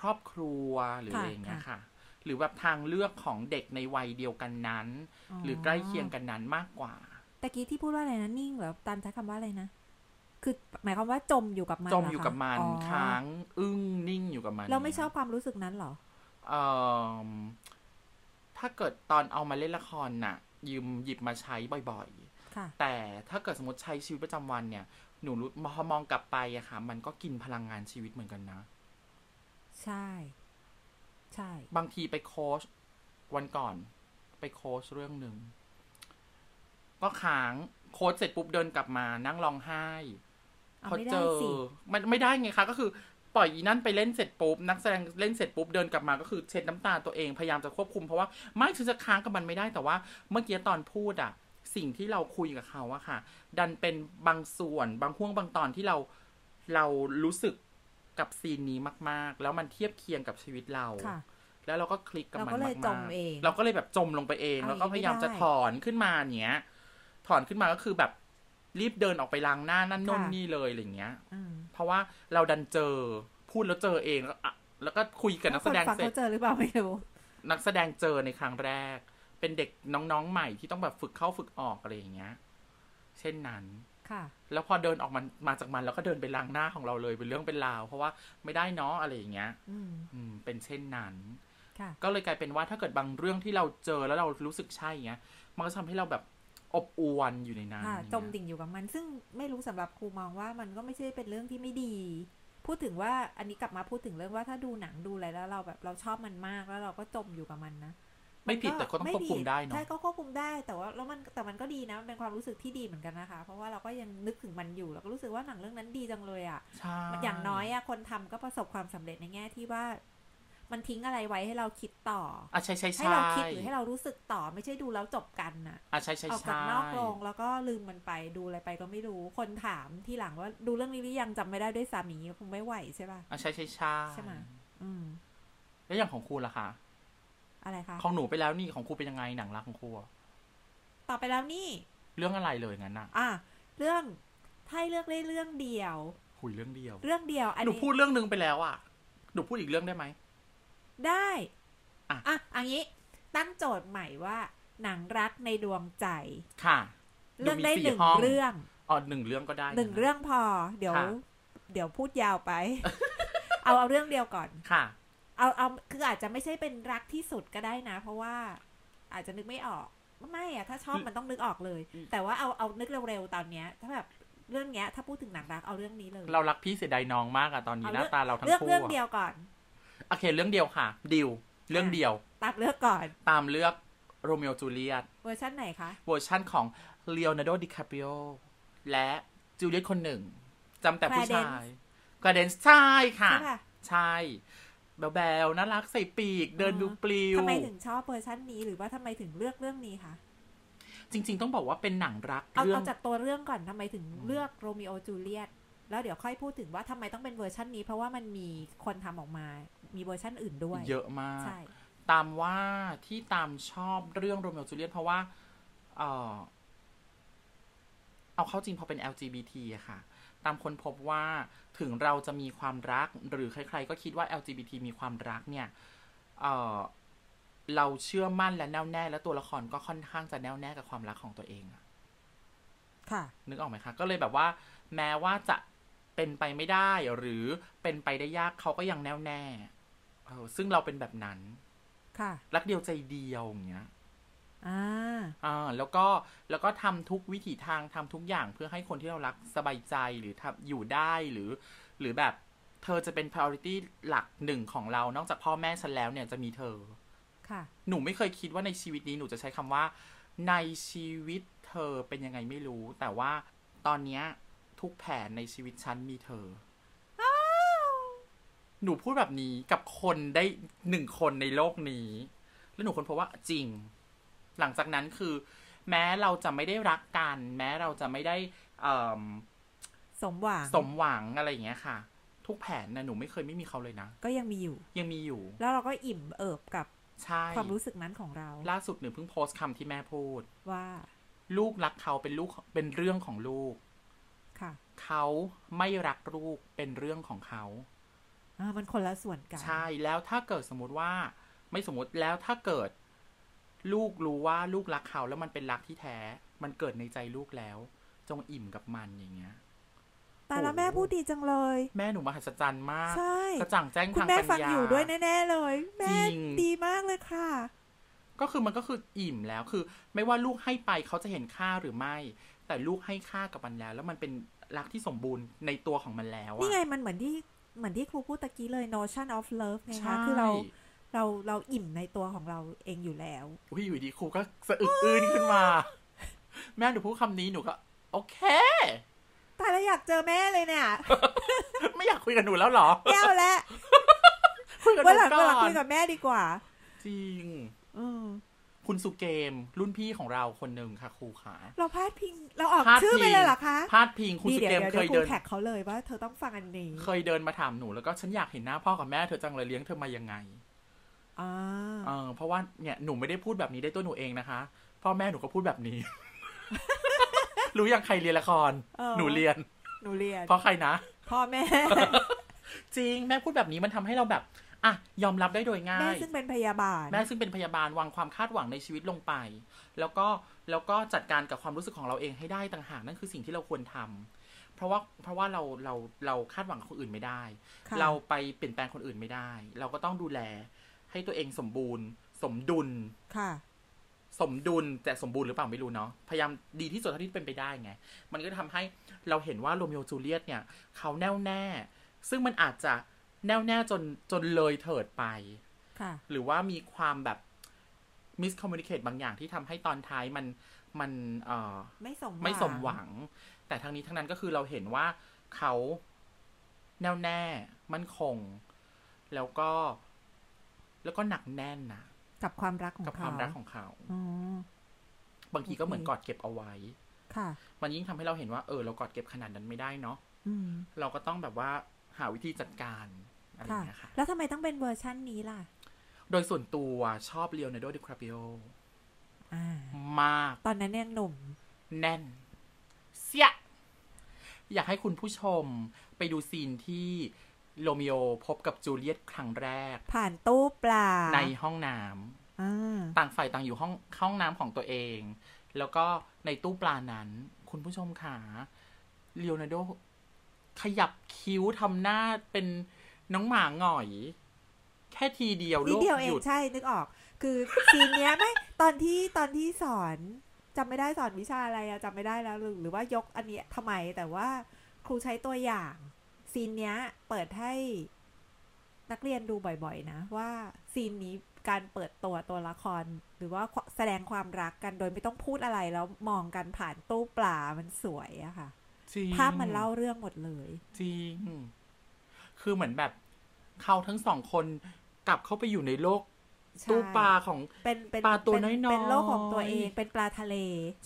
Speaker 1: ครอบครัวหรือ
Speaker 2: ค่ะ
Speaker 1: อะไรอย่างเงี้ย
Speaker 2: ค่ะ
Speaker 1: ค่ะ หรือแบบทางเลือกของเด็กในวัยเดียวกันนั้น หรือใกล้เคียงกันนั้นมากกว่า
Speaker 2: ตะกี้ที่พูดว่าอะไรนะนิ่งเหรอตันใช้คำว่าอะไรนะ คือหมายความว่าจมอยู่กับมัน
Speaker 1: จ
Speaker 2: เหร
Speaker 1: มอยู่
Speaker 2: คะ
Speaker 1: กับมัน
Speaker 2: อ๋อ
Speaker 1: ค้างอึ้งนิ่งอยู่กับมัน
Speaker 2: เราไม่ชอบความรู้สึกนั้นเหรอ
Speaker 1: เอ่มถ้าเกิดตอนเอามาเล่นละครน่ะ ยืมหยิบมาใช้บ่อยๆ
Speaker 2: ค่ะ
Speaker 1: แต่ถ้าเกิดสมมติใช้ชีวิตประจำวันเนี่ย หนูรู้พอมองกลับไปอะค่ะ มันก็กินพลังงานชีวิตเหมือนกันนะ
Speaker 2: ใช่ ใช่
Speaker 1: บางทีไปโค้ชวันก่อนไปโค้ชเรื่องหนึ่ง ก็ค้างโค้ชเสร็จปุ๊บเดินกลับมานั่งร้องไห้
Speaker 2: เอา
Speaker 1: พอ
Speaker 2: ไม่
Speaker 1: เจ
Speaker 2: ได้
Speaker 1: อ
Speaker 2: สิ
Speaker 1: มันไม่ได้ไงคะ ก็คือปล่อยอีนั่นไปเล่นเสร็จปุ๊บนักแสดงเล่นเสร็จปุ๊บเดินกลับมาก็คือเช็ดน้ำตาตัวเองพยายามจะควบคุมเพราะว่าไม่ฉันจะค้างกับมันไม่ได้แต่ว่า เมื่อกี้ตอนพูดอะสิ่งที่เราคุยกับเขาอะค่ะ ดันเป็นบางส่วนบางห่วงบางตอนที่เราเรารู้สึกกับซีนนี้มาก ๆ แล้วมันเทียบเคียงกับชีวิตเรา
Speaker 2: ค่ะ
Speaker 1: แล้วเราก็คลิกกับมัน
Speaker 2: เราก็เลย
Speaker 1: ากๆ
Speaker 2: จมเอง
Speaker 1: เราก็เลยแบบจมลงไปเอง
Speaker 2: เอา
Speaker 1: แล้วก็
Speaker 2: อย่า
Speaker 1: พ
Speaker 2: งนี้
Speaker 1: ยายามจะ
Speaker 2: ไม่ได้
Speaker 1: ถอนขึ้นมาอย่างเนี้ย ถอนขึ้นมาก็คือแบบรีบเดินออกไปล้างหน้านั่นนู่น
Speaker 2: ค่ะ
Speaker 1: นี่เลยอะไรอย่างเงี้ย
Speaker 2: อืม
Speaker 1: เพราะว่าเราดันเจอพูดแล้วเจอเองแล้วก็อ่ะแล้วก็คุยกับนักแสดง
Speaker 2: คนฟัง
Speaker 1: เสร็จ
Speaker 2: เขาเจอหรือเปล่าไม่รู้
Speaker 1: นักแสดงเจอในครั้งแรก เป็นเด็กน้องๆใหม่ที่ต้องแบบฝึกเข้าฝึกออกอะไรอย่างเงี้ย เช่นนั้น
Speaker 2: ค่ะ
Speaker 1: แล้วพอเดินออกมามาจากมันแล้วก็เดินไปล้างหน้าของเราเลยเป็นเรื่องเป็นราว เพราะว่าไม่ได้เนาะอะไรอย่างเงี้ย
Speaker 2: อืม
Speaker 1: อืม เป็นเช่นนั้น
Speaker 2: ค่ะ
Speaker 1: ก็เลยกลายเป็นว่าถ้าเกิดบางเรื่องที่เราเจอแล้วเรารู้สึกใช่อย่างเงี้ย มันก็ทำให้เราแบบอบอวนอยู่ในนั้น
Speaker 2: ค่ะ
Speaker 1: อย่างเงี้ย
Speaker 2: จมดิ่งอยู่กับมัน ซึ่งไม่รู้สำหรับครูมองว่ามันก็ไม่ใช่เป็นเรื่องที่ไม่ดี พูดถึงว่าอันนี้กลับมาพูดถึงเรื่องว่าถ้าดูหนังดูอะไรแล้วเราแบบเราชอบมันมากแล้วเราก็จมอยู่กับมันนะ
Speaker 1: ไม่ผิด
Speaker 2: น
Speaker 1: แต่ก็ต้อง
Speaker 2: ม่
Speaker 1: ควบคุมได้เนาะ
Speaker 2: ใช่ก็ควบคุมได้แต่ว่าแล้วมันแต่มันก็ดีนะมันเป็นความรู้สึกที่ดีเหมือนกันนะคะ เพราะว่าเราก็ยังนึกถึงมันอยู่แล้วก็รู้สึกว่าหนังเรื่องนั้นดีจังเลยอ่ะ
Speaker 1: ใช่
Speaker 2: อย่างน้อยอะคนทำก็ประสบความสำเร็จในแง่ที่ว่า มันทิ้งอะไรไว้ให้เราคิดต่อ
Speaker 1: อ่ะใช่ใช่
Speaker 2: ให้
Speaker 1: ใช่
Speaker 2: เราคิดหรือให้เรารู้สึกต่อไม่ใช่ดูแล้วจบกันนะ
Speaker 1: อ่ะใช่ใช่
Speaker 2: ออกจา
Speaker 1: ใช่
Speaker 2: กนอกโรงแล้วก็ลืมมันไปดูอะไรไปก็ไม่รู้คนถามทีหลังว่าดูเรื่องนี้หรือยังจำไม่ได้ด้วยสามียคงไม่ไหวใช่ป่ะ
Speaker 1: อ่ะใช่ใช่ใช่
Speaker 2: ใช่ไหม อืม
Speaker 1: แล้วอย่างของครูล่ะคะ
Speaker 2: อะไรคะ
Speaker 1: ของหนูไปแล้วนี่ของครูเป็นยังไงหนังรักของครูอะ
Speaker 2: ต่อไปแล้วนี่
Speaker 1: เรื่องอะไรเลยงั้นน่ะ
Speaker 2: อ่ะเรื่องถ้าให้เลือกได้เรื่องเดียว
Speaker 1: คุยเรื่องเดียว
Speaker 2: เรื่องเดียวอัน
Speaker 1: หนู
Speaker 2: นี้
Speaker 1: พูดเรื่องนึงไปแล้วอ่ะหนูพูดอีกเรื่องได้ไหม
Speaker 2: ได้
Speaker 1: อ่ะ
Speaker 2: อ่ะอันนี้ตั้งโจทย์ใหม่ว่า หนังรักในดวงใจ
Speaker 1: ค่ะ
Speaker 2: เรื่องได้
Speaker 1: ดูมีสี่
Speaker 2: หนึ่ง
Speaker 1: ห้อง
Speaker 2: เรื่อง
Speaker 1: อ๋อหนึ่งเรื่องก็ได้
Speaker 2: หนึ่ง
Speaker 1: ะ
Speaker 2: เรื่องพอ เดี๋ยว
Speaker 1: ค่ะ
Speaker 2: เดี๋ยวพูดยาวไป เอาเอาเรื่องเดียวก่อน
Speaker 1: ค่ะ
Speaker 2: เอาเอาคืออาจจะไม่ใช่เป็นรักที่สุดก็ได้นะ เพราะว่าอาจจะนึกไม่ออก ไม่อะถ้าชอบมันต้องนึกออกเลย
Speaker 1: อืม
Speaker 2: แต่ว่าเอาเอานึกเร็วๆตอนเนี้ย ถ้าแบบเรื่องเนี้ย ถ้าพูดถึงหนังรักเอาเรื่องนี้เลย
Speaker 1: เรารักพี่เสียดายน้องมากอะตอนนี้
Speaker 2: เอา
Speaker 1: ห
Speaker 2: เรื่
Speaker 1: น้า
Speaker 2: อง
Speaker 1: ตาเราทั้ง
Speaker 2: เลือก
Speaker 1: คู่
Speaker 2: เรื่องเดี
Speaker 1: อะ
Speaker 2: ยวก่อน
Speaker 1: โอเค เรื่องเดียวค่ะดิวเรื่อง
Speaker 2: อ่ะ
Speaker 1: เดียว
Speaker 2: ตามเลือกก่อน
Speaker 1: ตามเลือกโรเมโอจูเลียต
Speaker 2: เวอร์ชันไหนคะ
Speaker 1: เวอร์ชั่นของเล o n นา d o โดดิคาปริโอและจูเลียตคนหนึ่งจำแต่ผู้ชายกาเดนใช่ค่ะ
Speaker 2: ใช่ป่ะ
Speaker 1: ใช่ แบวแบวๆน่ารักใส่ปีก เดิน
Speaker 2: อ๋อ
Speaker 1: ดูปลิว
Speaker 2: ทำไมถึงชอบเวอร์ชันนี้หรือว่าทำไมถึงเลือกเรื่องนี้คะ
Speaker 1: จริง ๆ ต้องบอกว่าเป็นหนังรัก
Speaker 2: เอา
Speaker 1: เรื่อ
Speaker 2: เอา
Speaker 1: ง
Speaker 2: จากตัวเรื่องก่อนทำไมถึงเลือกโรมิโอจูเลียตแล้วเดี๋ยวค่อยพูดถึงว่าทำไมต้องเป็นเวอร์ชันนี้ เพราะว่ามันมีคนทำออกมา มีเวอร์ชันอื่นด้วย
Speaker 1: เยอะมาก
Speaker 2: ใช่
Speaker 1: ตามว่าที่ตามชอบเรื่องโรเมโอจูเลียตเพราะว่า เออเอาเข้าจริงพอเป็น LGBT อะค่ะ ตามคนพบว่าถึงเราจะมีความรัก หรือใครๆก็คิดว่า LGBT มีความรักเนี่ย เออเราเชื่อมั่นและแน่วแน่ และตัวละครก็ค่อนข้างจะแน่วแน่กับความรักของตัวเองอะ
Speaker 2: ค่ะ
Speaker 1: นึกออกไหมคะ ก็เลยแบบว่า แม้ว่าจะเป็นไปไม่ได้หรือเป็นไปได้ยากเขาก็ยังแน่วแน่เออซึ่งเราเป็นแบบนั้น
Speaker 2: ค่ะ
Speaker 1: รักเดียวใจเดียวอย่างเงี้ย
Speaker 2: อ่า
Speaker 1: อ่าแล้วก็แล้วก็ทำทุกวิถีทางทำทุกอย่างเพื่อให้คนที่เรารักสบายใจหรือทำอยู่ได้หรือ หรือแบบเธอจะเป็น priority หลักหนึ่งของเรา นอกจากพ่อแม่ฉันแล้วเนี่ยจะมีเธอ
Speaker 2: ค่ะ
Speaker 1: หนูไม่เคยคิดว่าในชีวิตนี้หนูจะใช้คำว่า ในชีวิตเธอเป็นยังไงไม่รู้ แต่ว่าตอนเนี้ยทุกแผนในชีวิตฉันมีเธอ หนูพูดแบบนี้กับคนได้หนึ่งคนในโลกนี้ แล้วหนูคนพบว่าจริง หลังจากนั้นคือ แม้เราจะไม่ได้รักกัน แม้เราจะไม่ได้เอิ่ม
Speaker 2: สมหวัง
Speaker 1: สมหวังอะไรอย่างเงี้ยค่ะ ทุกแผนนะหนูไม่เคยไม่มีเขาเลยนะ
Speaker 2: ก็ยังมีอยู่
Speaker 1: ยังมีอยู่
Speaker 2: แล้วเราก็อิ่มเอิบกับ
Speaker 1: ใช่
Speaker 2: ความรู้สึกนั้นของเรา
Speaker 1: ล่าสุดหนูเพิ่งโพสต์คำที่แม่พูด
Speaker 2: ว่า
Speaker 1: ลูกรักเขาเป็นลูกเป็นเรื่องของลูก
Speaker 2: ค่ะ
Speaker 1: เขาไม่รักลูกเป็นเรื่องของเขา
Speaker 2: อ่ามันคนละส่วนกัน
Speaker 1: ใช่แล้วถ้าเกิดสมมติว่า ไม่สมมติแล้วถ้าเกิด ลูกรู้ว่าลูกรักเขาแล้วมันเป็นรักที่แท้ มันเกิดในใจลูกแล้ว จงอิ่มกับมันอย่างเงี้ย
Speaker 2: แต่ละ
Speaker 1: โอ้
Speaker 2: แม่พูดดีจังเลย
Speaker 1: แม่หนูมหัศจรรย์มาก
Speaker 2: ใช่
Speaker 1: กระจ่างแจ้ง
Speaker 2: คุณ
Speaker 1: ทาง
Speaker 2: แม่
Speaker 1: ปัญญา
Speaker 2: ฟังอยู่ด้วยแน่ๆเลย แม่
Speaker 1: จริง
Speaker 2: ดีมากเลยค่ะ
Speaker 1: ก็คือมันก็คืออิ่มแล้วคือ ไม่ว่าลูกให้ไปเขาจะเห็นค่าหรือไม่ แต่ลูกให้ค่ากับมันแล้ว แล้วมันเป็นรักที่สมบูรณ์ในตัวของมันแล้วอะ
Speaker 2: นี่ไงมันเหมือนที่เหมือนที่ครูพูดตะกี้เลย notion of love ไง
Speaker 1: ใช่
Speaker 2: คะคือเราเราเราอิ่มในตัวของเราเองอยู่แล้ว
Speaker 1: อุ๊ยอยู่ดีครูก็สะอึกอื้นขึ้นมา แม่หนูพูดคำนี้หนูก็ โอเค
Speaker 2: แต่เราอยากเจอแม่เลยเนี่ย
Speaker 1: ไม่อยากคุยกับหนูแล้วเหรอ
Speaker 2: แก้วแล้ว
Speaker 1: คุยกับห
Speaker 2: วัน
Speaker 1: นู
Speaker 2: หลัง
Speaker 1: ก่
Speaker 2: วันหลัง
Speaker 1: อ
Speaker 2: คุ
Speaker 1: น
Speaker 2: ยกับแม่ดีกว่า
Speaker 1: จริง
Speaker 2: เออ
Speaker 1: คุณสุเกม รุ่นพี่ของเราคนหนึ่งค่ะครูขา
Speaker 2: เราพลาดพิง เราออก
Speaker 1: พาด
Speaker 2: ชื่อไป
Speaker 1: พิง
Speaker 2: เลยเหรอคะ
Speaker 1: พาดพิงคุณ
Speaker 2: ดี
Speaker 1: สุ
Speaker 2: เดี๋ยว
Speaker 1: เกม
Speaker 2: เดี๋ยว
Speaker 1: เค
Speaker 2: เดี๋ย
Speaker 1: ยว
Speaker 2: ครู
Speaker 1: เดิน
Speaker 2: แท็กเขาเลยว่าเธอต้องฟังอันนี้
Speaker 1: เคยเดินมาถามหนูแล้วก็ฉันอยากเห็นหน้าพ่อกับแม่เธอจังเลยเลี้ยงเธอมายังไง
Speaker 2: อ่า
Speaker 1: เออเพราะว่าเนี่ยหนูไม่ได้พูดแบบนี้ได้ตัวหนูเองนะคะ พ่อแม่หนูก็พูดแบบ นี้ รู้ยังใครเรียนละคร
Speaker 2: ออ
Speaker 1: หนูเรียน
Speaker 2: หนูเรียน
Speaker 1: เพราะใครนะ
Speaker 2: พ่อแม่
Speaker 1: จริงแม่พูดแบบนี้มันทำให้เราแบบอ่ะยอมรับได้โดยง่า
Speaker 2: แม่
Speaker 1: ย
Speaker 2: ซึ่งเป็นพยาบาล
Speaker 1: แม่ซึ่งเป็นพยาบาลวางความคาดหวังในชีวิตลงไป แล้วก็แล้วก็จัดการกับความรู้สึกของเราเองให้ได้ต่างหากนั่นคือสิ่งที่เราควรทำเพราะว่าเพราะว่าเราเราเราคาดหวังกับคนอื่นไม่ได้
Speaker 2: ค่ะ
Speaker 1: เราไปเปลี่ยนแปลงคนอื่นไม่ได้ เราก็ต้องดูแล ให้ตัวเองสมบูรณ์ สมดุล
Speaker 2: ค่ะ
Speaker 1: สมดุลแต่สมบูรณ์หรือเปล่าไม่รู้เนาะพยายามดีที่สุดเท่าที่เป็นไปได้ไง มันก็ทำให้เราเห็นว่าโรมิโอจูเลียตเนี่ย เขาแน่วแน่ ซึ่งมันอาจจะแน่วแน่จนจนเลยเถิดไป
Speaker 2: ค่ะ
Speaker 1: หรือว่ามีความแบบมิสคอมมิ n นิเคตบางอย่างที่ทำให้ตอนท้ายมันมันเอ่อ
Speaker 2: ไม่สม
Speaker 1: ไม่สมหวัง แต่ทั้งนี้ทั้งนั้นก็คือเราเห็นว่าเขาแน่วแน่ มั่นคง แล้วก็ แล้วก็หนักแน่นนะ
Speaker 2: กับความรักของ
Speaker 1: กับค
Speaker 2: เขา
Speaker 1: วามรักของเขา
Speaker 2: อ๋อ
Speaker 1: บางทีก็เหมือน
Speaker 2: โอเค
Speaker 1: กอดเก็บเอาไว้
Speaker 2: ค่ะ
Speaker 1: มันยิ่งทำให้เราเห็นว่าเออเรากอดเก็บขนาดนั้นไม่ได้เนาะ
Speaker 2: อืม
Speaker 1: เราก็ต้องแบบว่าหาวิธีจัดการอะไรอ
Speaker 2: ค่ะ
Speaker 1: ย่างเงี้ยค่ะ
Speaker 2: แล้วทำไมต้องเป็นเวอร์ชั่นนี้ล่ะ
Speaker 1: โดยส่วนตัวชอบเล o n น r d o โดดิคราปิโอ
Speaker 2: อ่า
Speaker 1: มาก
Speaker 2: ตอนนั้นยังหนุ่ม
Speaker 1: แน่น เสีย อยากให้คุณผู้ชมไปดูซีนที่โรมิโอพบกับจูเลียตครั้งแรก
Speaker 2: ผ่านตู้ปลา
Speaker 1: ในห้องน้
Speaker 2: อ่า
Speaker 1: ำต่างฝ่ายต่างอยู่ห้องห้องน้ำของตัวเอง แล้วก็ในตู้ปลานั้น คุณผู้ชมขาเล o n น r d o โดขยับคิ้วทำหน้าเป็นน้องหมาหงอย แค่ทีเดียว
Speaker 2: นิด
Speaker 1: โลก
Speaker 2: เดียวเอ
Speaker 1: ห
Speaker 2: ง
Speaker 1: ยุด
Speaker 2: ใช่ นึกออก คือ ซีนเนี้ย ไม่ ตอนที่ ตอนที่สอนจำไม่ได้สอนวิชาอะไรอะจำไม่ได้แล้วหรือหรือว่ายกอันเนี้ยทำไม แต่ว่าครูใช้ตัวอย่าง ซีนเนี้ย เปิดให้ นักเรียนดูบ่อยๆ นะ ว่าซีนนี้การเปิดตัวตัวละคร หรือว่าแสดงความรักกันโดยไม่ต้องพูดอะไรแล้วมองกันผ่านตู้ปลา มันสวยอะค่ะ
Speaker 1: จริง
Speaker 2: ภาพมันเล่าเรื่องหมดเลย
Speaker 1: จริง คือเหมือนแบบเขาทั้งสองคนกลับเข้าไปอยู่ในโลก
Speaker 2: ใช่
Speaker 1: ตู้ปลาของ
Speaker 2: เป็นเป็น
Speaker 1: ปลาตัว
Speaker 2: เ
Speaker 1: น้อยๆ
Speaker 2: เป็นโลกของตัวเองเป็นปลาทะเล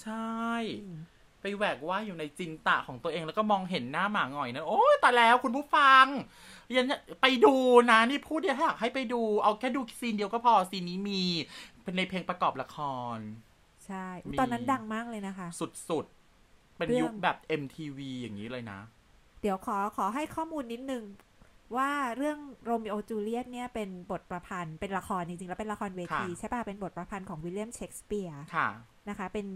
Speaker 1: ใช่
Speaker 2: อืม
Speaker 1: ไปแหวกว่ายอยู่ในจินตะของตัวเองแล้วก็มองเห็นหน้าหมาหงอยนั้นโอ้ยตายแล้วคุณผู้ฟังยันไปดูนะนี่พูดเนี่ยอยากให้ไปดูเอาแค่ดูซีนเดียวก็พอซีนนี้มีเป็นในเพลงประกอบละคร
Speaker 2: ใช่
Speaker 1: มี
Speaker 2: ตอนนั้นดังมากเลยนะคะ
Speaker 1: สุดๆ เป็น
Speaker 2: เรื่อง
Speaker 1: ยุคแบบ MTV อย่างนี้เลยนะ
Speaker 2: เดี๋ยวขอขอให้ข้อมูลนิดนึง ว่าเรื่องโรมิโอจูเลียตเนี่ยเป็นบทประพันธ์เป็นละครจริงๆ แล้วเป็นละครเวที
Speaker 1: ค่ะ
Speaker 2: ใช่ป่ะ เป็นบทประพันธ์ของวิลเลียมเชกสเปียร์
Speaker 1: ค่ะ
Speaker 2: นะคะ เป็น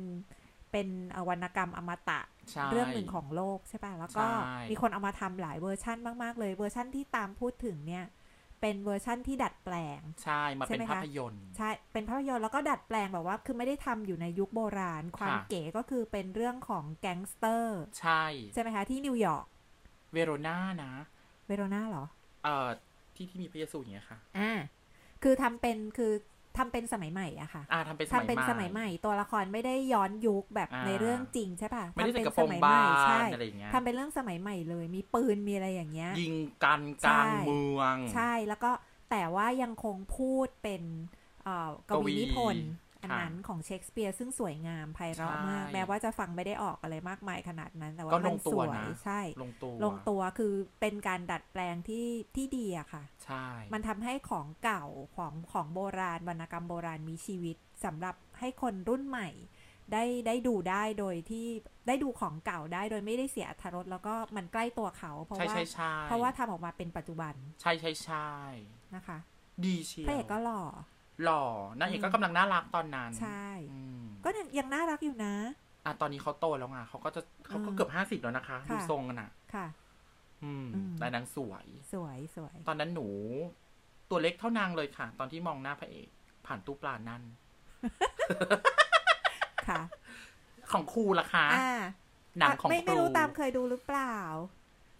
Speaker 2: เป็นเอ่อวรรณกรรมอมตะ
Speaker 1: ใช่
Speaker 2: เรื่องหนึ่งของโลกใช่ป่ะ แล้วก็
Speaker 1: ใช่
Speaker 2: มีคนเอามาทำหลายเวอร์ชั่นมากๆ เลยเวอร์ชั่นที่ตามพูดถึงเนี่ย เป็นเวอร์ชั่นที่ดัดแปลง
Speaker 1: ใช่มาเป็น
Speaker 2: ใช่ไหมคะ
Speaker 1: ภาพยนตร์
Speaker 2: ใช่ เป็นภาพยนตร์แล้วก็ดัดแปลงแบบว่า คือไม่ได้ทำอยู่ในยุคโบราณ ความ
Speaker 1: ค่ะ
Speaker 2: เก๋ก็คือเป็นเรื่องของแก๊งสเตอร์
Speaker 1: ใช่
Speaker 2: ใช่ไหมคะ ที่นิวยอร์ก
Speaker 1: เวโรนานะ
Speaker 2: เวโรนาเหรอ
Speaker 1: เอ่อที่ที่มีพระเยซูอย่างเงี้ยค่ะ
Speaker 2: อ่า คือทำเป็น คือทำเป็นสมัยใหม่อะค่ะ
Speaker 1: อ่าทำเป็นส
Speaker 2: ทำ
Speaker 1: มัย
Speaker 2: เป็นส
Speaker 1: ให
Speaker 2: มั
Speaker 1: ม่
Speaker 2: ยใหม่ ตัวละครไม่ได้ย้อนยุคแบบ
Speaker 1: อ่า
Speaker 2: ในเรื่องจริงใช่ป่ะ
Speaker 1: ไม่ได้ใส่
Speaker 2: ทำเป็น
Speaker 1: กระโป
Speaker 2: ส
Speaker 1: รง
Speaker 2: มัย
Speaker 1: บา
Speaker 2: ใหม่ใช่
Speaker 1: นอะไรอย่างเงี้ย
Speaker 2: ทำเป็นเรื่องสมัยใหม่เลย มีปืน มีอะไรอย่างเงี้ย
Speaker 1: ยิงกันกลางเมือง
Speaker 2: ใช่ แล้วก็แต่ว่ายังคงพูดเป็นเอ่อก
Speaker 1: กวี
Speaker 2: วีนิพนธ์อัน
Speaker 1: ค่ะ
Speaker 2: นั้นของเชคสเปียร์ซึ่งสวยงามไพเราะมาก
Speaker 1: ใช่
Speaker 2: แม้ว่าจะฟังไม่ได้ออกอะไรมากมายขนาดนั้น แต่ว่า
Speaker 1: ก็ล
Speaker 2: มัน
Speaker 1: งตั
Speaker 2: ส
Speaker 1: ว
Speaker 2: วย
Speaker 1: นะ
Speaker 2: ใช่
Speaker 1: ลงตัว
Speaker 2: ลงตัวคือเป็นการดัดแปลงที่ที่ดีอะค่ะ
Speaker 1: ใช่
Speaker 2: มันทำให้ของเก่าของของโบราณวรรณกรรมโบราณมีชีวิตสำหรับให้คนรุ่นใหม่ ได้ได้ดูได้โดยที่ได้ดูของเก่าได้โดยไม่ได้เสียอรรถรสแล้วก็มันใกล้ตัวเขา เพราะ
Speaker 1: ใช่
Speaker 2: ว่า
Speaker 1: ใช่ใช่
Speaker 2: เพราะว่าทำออกมาเป็นปัจจุบัน
Speaker 1: ใช่ใช่ใช่
Speaker 2: นะคะ
Speaker 1: ดีเชียว
Speaker 2: พระเอกก็หล่อ
Speaker 1: หล่อ นางเอกก็กำลังน่ารักตอนนั้น
Speaker 2: ใช่
Speaker 1: อืม
Speaker 2: ก็ยังยังน่ารักอยู่นะ
Speaker 1: อ่ะตอนนี้เขาโตแล้วไงเขาก็จะเขาก็
Speaker 2: อืม
Speaker 1: เกือบห้าสิบแล้วนะคะ
Speaker 2: ค่ะ
Speaker 1: ดูทรงกันอ่ะ
Speaker 2: ค่ะ
Speaker 1: อืม
Speaker 2: อืม
Speaker 1: แต่นางสวย
Speaker 2: สวยสวย
Speaker 1: ตอนนั้นหนู ตัวเล็กเท่านางเลยค่ะ ตอนที่มองหน้าพระเอก ผ่านตู้ปลานั่น
Speaker 2: ค่ะ
Speaker 1: ของครูล่ะคะ
Speaker 2: อ่า
Speaker 1: หนังของ
Speaker 2: ไม่
Speaker 1: ครู
Speaker 2: ไม่รู้ตามเคยดูหรือเปล่า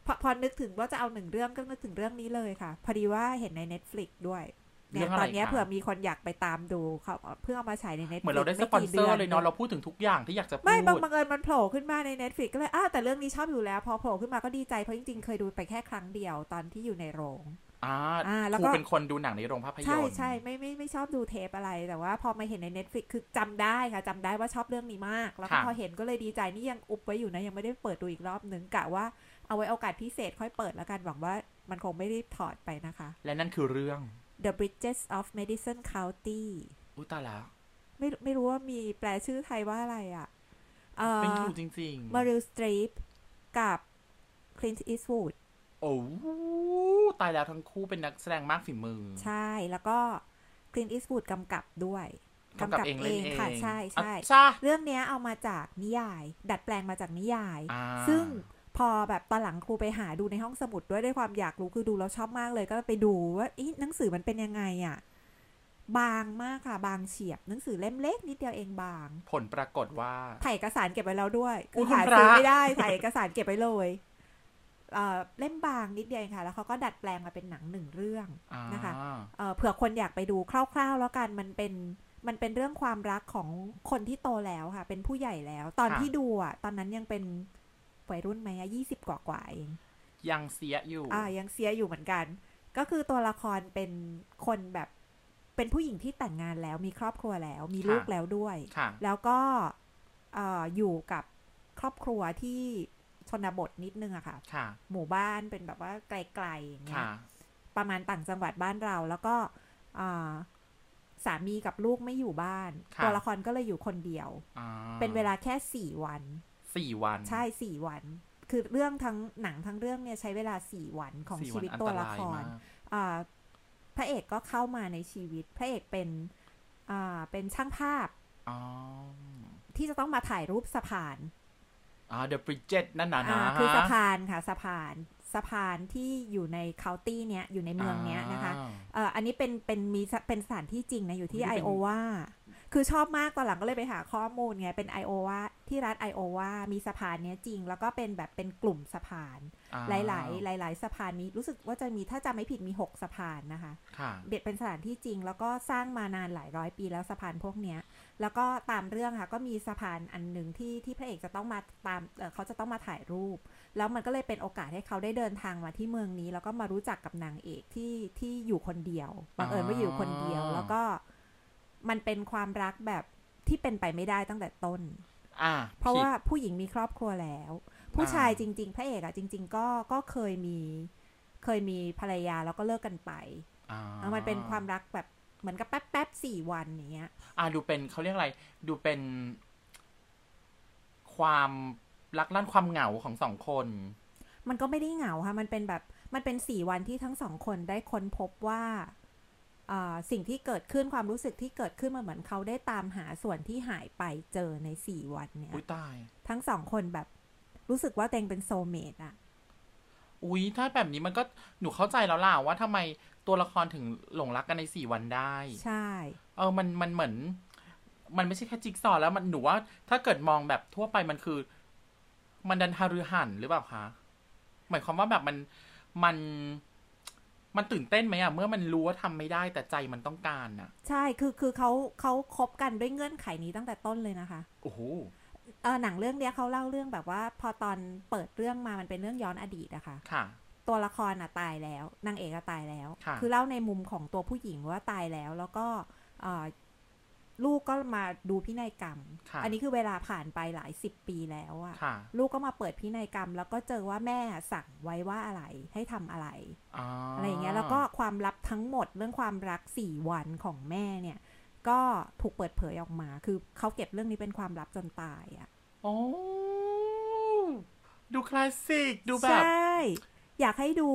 Speaker 2: พอพอนึกถึงว่าจะเอาหนึ่งเรื่องก็นึกถึงเรื่องนี้เลยค่ะ พอดีว่าเห็นใน Netflix ด้วยเนี่
Speaker 1: เรื่
Speaker 2: ย
Speaker 1: งะ
Speaker 2: ต
Speaker 1: ไร
Speaker 2: อนเนี้ย
Speaker 1: คะ
Speaker 2: เผื่อมีคนอยากไปตามดูเขาเพื่อเอามาฉายใน Netflix
Speaker 1: เหมือนเราได้สปอนเซอร์เลยเนาะเราพูดถึงทุกอย่างที่อยากจะพูด
Speaker 2: ไม่บังบังเอิญมันโผล่ขึ้นมาใน Netflix ก็เลยอ้าวแต่เรื่องนี้ชอบอยู่แล้ว พอโผล่ขึ้นมาก็ดีใจเพราะจริงๆ เคยดูไปแค่ครั้งเดียวตอนที่อยู่ในโรง
Speaker 1: อ่า
Speaker 2: อ่าแล้ว
Speaker 1: ครู
Speaker 2: ก็
Speaker 1: เป็นคนดูหนังในโรงภาพยนตร์
Speaker 2: ใช่ใช่ไม่ไม่ไม่ชอบดูเทปอะไร แต่ว่าพอมาเห็นใน Netflix คือจำได้ค่ะจำได้ว่าชอบเรื่องนี้มาก แล้วก็พอเห็นก็เลยดีใจนี่ยังอุบไว้อยู่นะ ยังไม่ได้เปิดดูอีกรอบหนึ่งกะว่าเอาไว้โอกาสพิเศษค่อยเปิดแล้วกันหวังว่ามันคงไม่รีบถอดไปนะคะ
Speaker 1: และนั่นคือเรื่อง
Speaker 2: The Bridges of Madison County
Speaker 1: อุ้ยตายแล้ว
Speaker 2: ไม่ไม่รู้ว่ามีแปลชื่อไทยว่าอะไรอ่ะเอ่
Speaker 1: เป็น
Speaker 2: อ
Speaker 1: ครูจริง
Speaker 2: มาริลสตรีปกับคลินต์อีสวูด
Speaker 1: ๆ โอ้ตายแล้วทั้งคู่เป็นนักแสดงมากฝีมือ
Speaker 2: ใช่แล้วก็คลินอีส w ูดกำกับด้วย
Speaker 1: กำกับเองเล่นเอง
Speaker 2: ค่ะใช่ใช่
Speaker 1: อ่ะจ้า
Speaker 2: เรื่องเนี้ยเอามาจากนิยาย ดัดแปลงมาจากนิยาย
Speaker 1: อ่า
Speaker 2: ซึ่งพอแบบตอนหลังครูไปหาดูในห้องสมุดด้วยด้วยความอยากรู้คือดูแล้วชอบมากเลยก็ไปดูว่าอีหนังสือมันเป็นยังไงอะ่ะ บางมากค่ะ บางเฉียบหนังสือเล่มเล็กนิดเดียวเองบาง
Speaker 1: ผลปรากฏว่า
Speaker 2: ถ่ายเอกสารเก็บไว้แล้วด้วยคือย หา
Speaker 1: คุณพระ
Speaker 2: ซื้อไม่ได้ถ่ายเอกสารเก็บไว้เลยเอ่อเล่มบางนิดเดียวเองค่ะ แล้วเขาก็ดัดแปลงมาเป็นหนังหนึ่งเรื่อง
Speaker 1: อ่า
Speaker 2: นะคะ เอ่อเผื่อคนอยากไปดูคร่าวๆ แล้วกันมันเป็นมันเป็นเรื่องความรักของคนที่โตแล้วค่ะ เป็นผู้ใหญ่แล้ว ตอนที่ดูอ่ะตอนนั้นยังเป็นวัยรุ่นไหมอะยี่สิบกว่ากว่าๆเอง
Speaker 1: ยังเสียอยู่
Speaker 2: อ่ายังเสียอยู่เหมือนกัน ก็คือตัวละครเป็นคนแบบเป็นผู้หญิงที่แต่งงานแล้วมีครอบครัวแล้ว มี
Speaker 1: ค่ะ
Speaker 2: ลูกแล้วด้วย
Speaker 1: ค่ะ
Speaker 2: แล้วก็เอ่ออยู่กับครอบครัวที่ชนบทนิดนึงอะค่ะ
Speaker 1: ค่ะ
Speaker 2: หมู่บ้านเป็นแบบว่าไกลๆอย่างเงี้ย
Speaker 1: ค่ะ
Speaker 2: ประมาณต่างจังหวัดบ้านเราแล้วก็อ่าสามีกับลูกไม่อยู่บ้าน
Speaker 1: ค่ะ
Speaker 2: ตัวละครก็เลยอยู่คนเดียว
Speaker 1: อ่า
Speaker 2: เป็นเวลาแค่สี่วัน
Speaker 1: สี่วัน
Speaker 2: ใช่สี่วัน คือเรื่องทั้งหนังทั้งเรื่องเนี่ยใช้เวลาสี่วันของ
Speaker 1: สี่
Speaker 2: ชีวิต
Speaker 1: นน
Speaker 2: ตัว
Speaker 1: รา
Speaker 2: ละ
Speaker 1: ย
Speaker 2: ค
Speaker 1: มา
Speaker 2: ร
Speaker 1: ก
Speaker 2: อ่าพระเอกก็เข้ามาในชีวิต พระเอกเป็นอ่าเป็นช่างภาพ
Speaker 1: อ๋อ
Speaker 2: ที่จะต้องมาถ่ายรูปสะพาน
Speaker 1: อ่า The Bridget นั่นนะนะ
Speaker 2: อ่าคือสะพานค่ะสะพานสะพานที่อยู่ในเคาน์ตี้เนี้ยอยู่ในเมืองเนี้ยนะคะ เอ่ออันนี้เป็นเป็นมีสเป็นสถานที่จริงนะ อยู่ที่
Speaker 1: นี่
Speaker 2: ไอ
Speaker 1: เป็น
Speaker 2: โอวาคือชอบมากตอนหลังก็เลยไปหาข้อมูลไง เป็นไอโอวาที่รัฐไอโอวามีสะพานเนี้ยจริง แล้วก็เป็นแบบเป็นกลุ่มสะพาน
Speaker 1: อ่
Speaker 2: หลาย ๆ หลาย ๆ สะพานมีรู้สึกว่าจะมีถ้าจำไม่ผิดมี 6 สะพานนะคะ
Speaker 1: ค่ะ
Speaker 2: เบ็ดเป็นสถานที่จริง แล้วก็สร้างมานานหลายร้อยปีแล้วสะพานพวกเนี้ย แล้วก็ตามเรื่องค่ะ ก็มีสะพานอันหนึ่งที่ที่พระเอกจะต้องมาตามเอ่อเขาจะต้องมาถ่ายรูป แล้วมันก็เลยเป็นโอกาสให้เขาได้เดินทางมาที่เมืองนี้ แล้วก็มารู้จักกับนางเอกที่ที่อยู่คนเดียวบังเอิญว่าอยู่คนเดียว แล้วก็มันเป็นความรักแบบที่เป็นไปไม่ได้ตั้งแต่ต้น
Speaker 1: อ่า
Speaker 2: เพราะ
Speaker 1: ผิด
Speaker 2: ว่าผู้หญิงมีครอบครัวแล้ว ผู้ชายจริง ๆ พระเอกอะจริง ๆ ก็ก็เคยมี เคยมีภรรยาแล้วก็เลิกกันไป
Speaker 1: อ่า
Speaker 2: แล้วมันเป็นความรักแบบเหมือนกับแป๊บแป๊บๆสี่วันอย่างเงี้ย
Speaker 1: อ่าดูเป็นเขาเรียกอะไร ดูเป็น ความรักลั่นความเหงาของสองคน
Speaker 2: มันก็ไม่ได้เหงาค่ะ มันเป็นแบบ มันเป็นสี่วันที่ทั้งสองคนได้ค้นพบว่าเอ่อสิ่งที่เกิดขึ้นความรู้สึกที่เกิดขึ้นมันเหมือนเขาได้ตามหาส่วนที่หายไปเจอในสี่วันเนี่ย
Speaker 1: อุ้ยตาย
Speaker 2: ทั้งสองคนแบบรู้สึกว่าตัวเองเป็นโซลเมตอะ
Speaker 1: อุ้ยถ้าแบบนี้มันก็หนูเข้าใจแล้วล่ะว่าทำไมตัวละครถึงหลงรักกันในสี่วันได้
Speaker 2: ใช่
Speaker 1: เออ มัน มันเหมือน มันไม่ใช่แค่จิ๊กซอว์แล้ว มัน หนูว่า ถ้าเกิดมองแบบทั่วไป มันคือ มันดันฮารือหันหรือเปล่าคะ หมายความว่าแบบมัน มัน มันตื่นเต้นไหมอะเมื่อมันรู้ว่าทำไม่ได้แต่ใจมันต้องการอะ
Speaker 2: ใช่ คือ คือเขาเขาคบกันด้วยเงื่อนไขนี้ตั้งแต่ต้นเลยนะคะ
Speaker 1: โอ้โห
Speaker 2: เออหนังเรื่องเนี้ยเขาเล่าเรื่องแบบว่า พอตอนเปิดเรื่องมา มันเป็นเรื่องย้อนอดีตนะคะ
Speaker 1: ค่ะ
Speaker 2: ตัวละครอ่ะตายแล้วนางเอกอะตายแล้ว
Speaker 1: ค่ะ
Speaker 2: อเล่าในมุมของตัวผู้หญิงว่าตายแล้ว แล้วก็เอ่อลูกก็มาดูพินัยกรรม
Speaker 1: ค่ะ
Speaker 2: อันี้คือเวลาผ่านไปหลายสิบปีแล้วอะ
Speaker 1: ค่ะ
Speaker 2: ลูกก็มาเปิดพินัยกรรม แล้วก็เจอว่าแม่สั่งไว้ว่าอะไรให้ทำอะไร
Speaker 1: อ๋อ
Speaker 2: อะไรอย่างเงี้ยแล้วก็ความลับทั้งหมดเรื่องความรักสี่วันของแม่เนี่ย ก็ถูกเปิดเผยออกมา คือเขาเก็บเรื่องนี้เป็นความลับจนตายอะ
Speaker 1: โอ้ดูคลาสสิก ดูแบ
Speaker 2: ใช
Speaker 1: บ่
Speaker 2: อยากให้ดู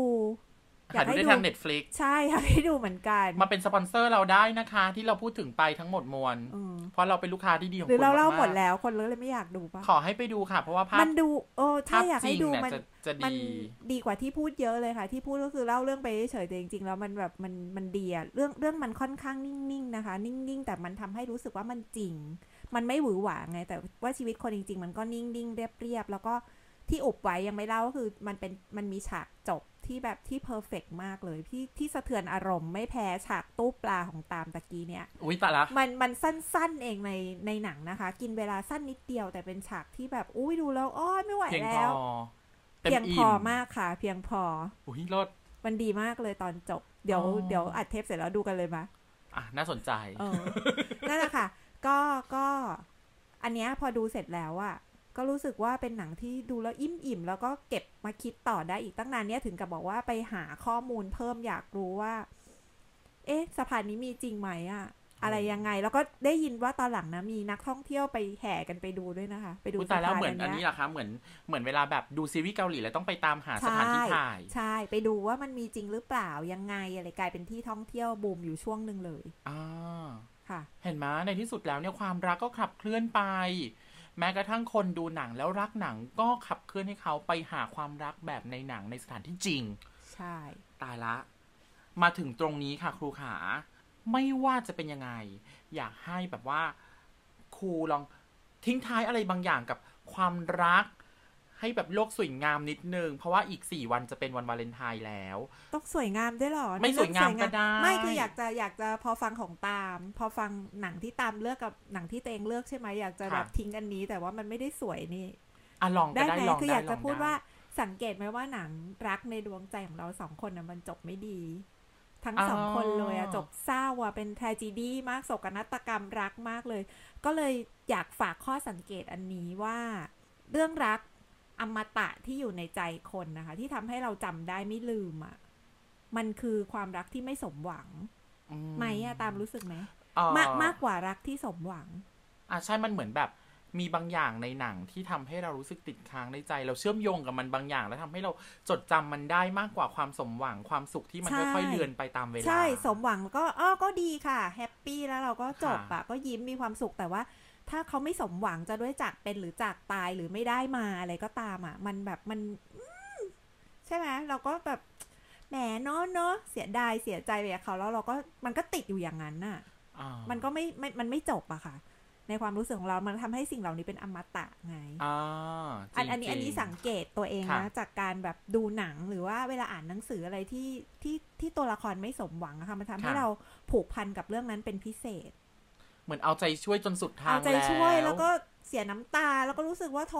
Speaker 1: หาย
Speaker 2: อาก
Speaker 1: ดู
Speaker 2: ให้
Speaker 1: ได้
Speaker 2: ดู
Speaker 1: ทางเน็ตฟลิก
Speaker 2: ใช่อยากให้ดูเหมือนกัน
Speaker 1: มาเป็นสปอนเซอร์เราได้นะคะ ที่เราพูดถึงไปทั้งหมดมวล
Speaker 2: เออ
Speaker 1: เพราะเราเป็นลูกค้าที่ดีของ
Speaker 2: หรือ
Speaker 1: คุณ
Speaker 2: เราเล่าม
Speaker 1: กๆ
Speaker 2: หมดแล้วคนเลยไม่อยากดูป่ะ
Speaker 1: ขอให้ไปดูค่ะ เพราะว่าภา
Speaker 2: มั
Speaker 1: พ
Speaker 2: นดูโอ้
Speaker 1: ภา
Speaker 2: ถ้า
Speaker 1: พ
Speaker 2: อยาก
Speaker 1: จริ
Speaker 2: ให้
Speaker 1: ง
Speaker 2: ดู
Speaker 1: เนี่ย
Speaker 2: มัน
Speaker 1: จะจะ
Speaker 2: มัน
Speaker 1: ดี
Speaker 2: ดีกว่าที่พูดเยอะเลยค่ะ ที่พูดก็คือเล่าเรื่องไปเฉยๆแต่จริงๆแล้วมันแบบมันมันดีอะเรื่องเรื่องมันค่อนข้างนิ่งๆนะคะ นิ่งๆ แต่มันทำให้รู้สึกว่ามันจริง มันไม่หวือหวาไง แต่ว่าชีวิตคนจริง ๆ มันก็นิ่งๆ เรียบๆ แล้วก็ที่อุบไว้ยังไม่เล่าก็คือมันเป็นมันมีฉากจบที่แบบที่เพอร์เฟกมากเลยที่ที่สะเทือนอารมณ์ไม่แพ้ฉากตู้ปลาของตามตะกี้เนี่ย
Speaker 1: อุ้ยตายละ
Speaker 2: มันมันสั้นๆเองในในหนังนะคะ กินเวลาสั้นนิดเดียวแต่เป็นฉากที่แบบอุ้ยดูแล้วอ้อยไม่ไหว
Speaker 1: เพียงพ
Speaker 2: แล้
Speaker 1: อ
Speaker 2: ว
Speaker 1: ต็ม
Speaker 2: เพียงพ
Speaker 1: ม
Speaker 2: อมากค่ะ เพียงพอ
Speaker 1: อุ้ยรถ
Speaker 2: มันดีมากเลยตอนจบ เดี๋ยว
Speaker 1: อ๋อ
Speaker 2: เดี๋ยวอัดเทปเสร็จแล้วดูกันเลยมะ
Speaker 1: อ่ะ น่าสนใจ
Speaker 2: เออ นั่นแหละค่ะ ก็ก็อันเนี้ยพอดูเสร็จแล้วอะก็รู้สึกว่าเป็นหนังที่ดูแล้วอิ่มอิ่มๆแล้วก็เก็บมาคิดต่อได้อีกตั้งนานเนี้ยถึงกับบอกว่าไปหาข้อมูลเพิ่มอยากรู้ว่า เอ๊ะสะพานนี้มีจริงไหมอะอะไรยังไง แล้วก็ได้ยินว่าตอนหลังนะมีนักท่องเที่ยวไปแห่กันไปดูด้วยนะคะ ไปดู
Speaker 1: อุ๊ย
Speaker 2: สะ
Speaker 1: ตายแล้ว
Speaker 2: พาน
Speaker 1: เหมือนอั
Speaker 2: อั
Speaker 1: น
Speaker 2: น
Speaker 1: นี้
Speaker 2: เนี้ย
Speaker 1: เหรอคะเหมือนเหมือนเวลาแบบดูซีรีส์เกาหลีแล้วต้องไปตามหาสถานที่ถ่าย
Speaker 2: ใช่ ไปดูว่ามันมีจริงหรือเปล่ายังไงอะไรกลายเป็นที่ท่องเที่ยวบูมอยู่ช่วงหนึ่งเลย
Speaker 1: อ่า
Speaker 2: ค่ะ
Speaker 1: เห็นไหมในที่สุดแล้วเนี่ยความรักก็ขับเคลื่อนไป แม้กระทั่งคนดูหนังแล้วรักหนังก็ขับเคลื่อนให้เขาไปหาความรักแบบในหนังในสถานที่จริง
Speaker 2: ใช่
Speaker 1: ตายละ มาถึงตรงนี้ค่ะครูขา ไม่ว่าจะเป็นยังไง อยากให้แบบว่า ครูลองทิ้งท้ายอะไรบางอย่างกับความรัก ให้แบบโลกสวยงามนิดนึง เพราะว่าอีกสี่วันจะเป็นวันวาเลนไทน์แล้ว
Speaker 2: ต้องสวยงามด้วยเหรอ
Speaker 1: ไม่สวยงามก็ได้
Speaker 2: ไม่คืออยากจะอยากจะพอฟังของตาม พอฟังหนังที่ตามเลือกกับหนังที่ตัวเองเลือกใช่ไหมอยากจะแบบทิ้งอันนี้ แต่ว่ามันไม่ได้สวยนี่
Speaker 1: อ่ะลองก็
Speaker 2: ได้
Speaker 1: ได้
Speaker 2: ไหม
Speaker 1: ลอง
Speaker 2: คืออ
Speaker 1: ได้
Speaker 2: ยาก
Speaker 1: ล
Speaker 2: จะ
Speaker 1: อง
Speaker 2: พูด
Speaker 1: ได้
Speaker 2: ว่าสังเกตไหมว่าหนังรักในดวงใจของเราสองคนนะมันจบไม่ดี ทั้งสองคนเลยอะจบเศร้าอะเป็น t r a g e d y มากโศกนาฏกรรมรักมากเลย ก็เลยอยากฝากข้อสังเกตอันนี้ว่า เรื่องรักอมตะที่อยู่ในใจคนนะคะ ที่ทำให้เราจำได้ไม่ลืมอะมันคือความรักที่ไม่สมหวัง
Speaker 1: อื
Speaker 2: ไหมอะตามรู้สึกไหม
Speaker 1: เอ่อ
Speaker 2: มากมากกว่ารักที่สมหวัง
Speaker 1: อ่ะใช่ มันเหมือนแบบมีบางอย่างในหนังที่ทำให้เรารู้สึกติดค้างในใจ เราเชื่อมโยงกับมันบางอย่าง แล้วทำให้เราจดจำมันได้มากกว่าความสมหวังความสุขที่มัน
Speaker 2: ใช่
Speaker 1: ค่อยๆเลือนไปตามเวลา
Speaker 2: ใช่สมหวังก็อ้อก็ดีค่ะ แฮปปี้แล้วเราก็จบ
Speaker 1: ค่ะ
Speaker 2: อะก็ยิ้มมีความสุขแต่ว่า ถ้าเขาไม่สมหวังจะด้วยจากเป็นหรือจากตายหรือไม่ได้มาอะไรก็ตามอะมันแบบมันอืมใช่ไหมเราก็แบบแหมเนาะเนาะเสียดายเสียใจไปกับเขาแล้วเราก็มันก็ติดอยู่อย่างนั้นน่ะ
Speaker 1: อ่า
Speaker 2: มันก็ไม่ไม่มันไม่จบอะค่ะ ในความรู้สึกของเรามันทำให้สิ่งเหล่านี้เป็นอมตะไง
Speaker 1: อ่า
Speaker 2: อันอัน
Speaker 1: จริงๆ
Speaker 2: นี้อันนี้สังเกตตัวเอง
Speaker 1: ค่ะ
Speaker 2: นะจากการแบบดูหนังหรือว่าเวลาอ่านหนังสืออะไรที่ที่ที่ตัวละครไม่สมหวังอะค่ะมันทำให้เราผูกพันกับเรื่องนั้นเป็นพิเศษ
Speaker 1: เหมือนเอาใจช่วยจนสุดทาง
Speaker 2: เอาใจช่วยแล้วก็
Speaker 1: ว
Speaker 2: เสียน้ำตาแล้วก็รู้สึกว่าโถ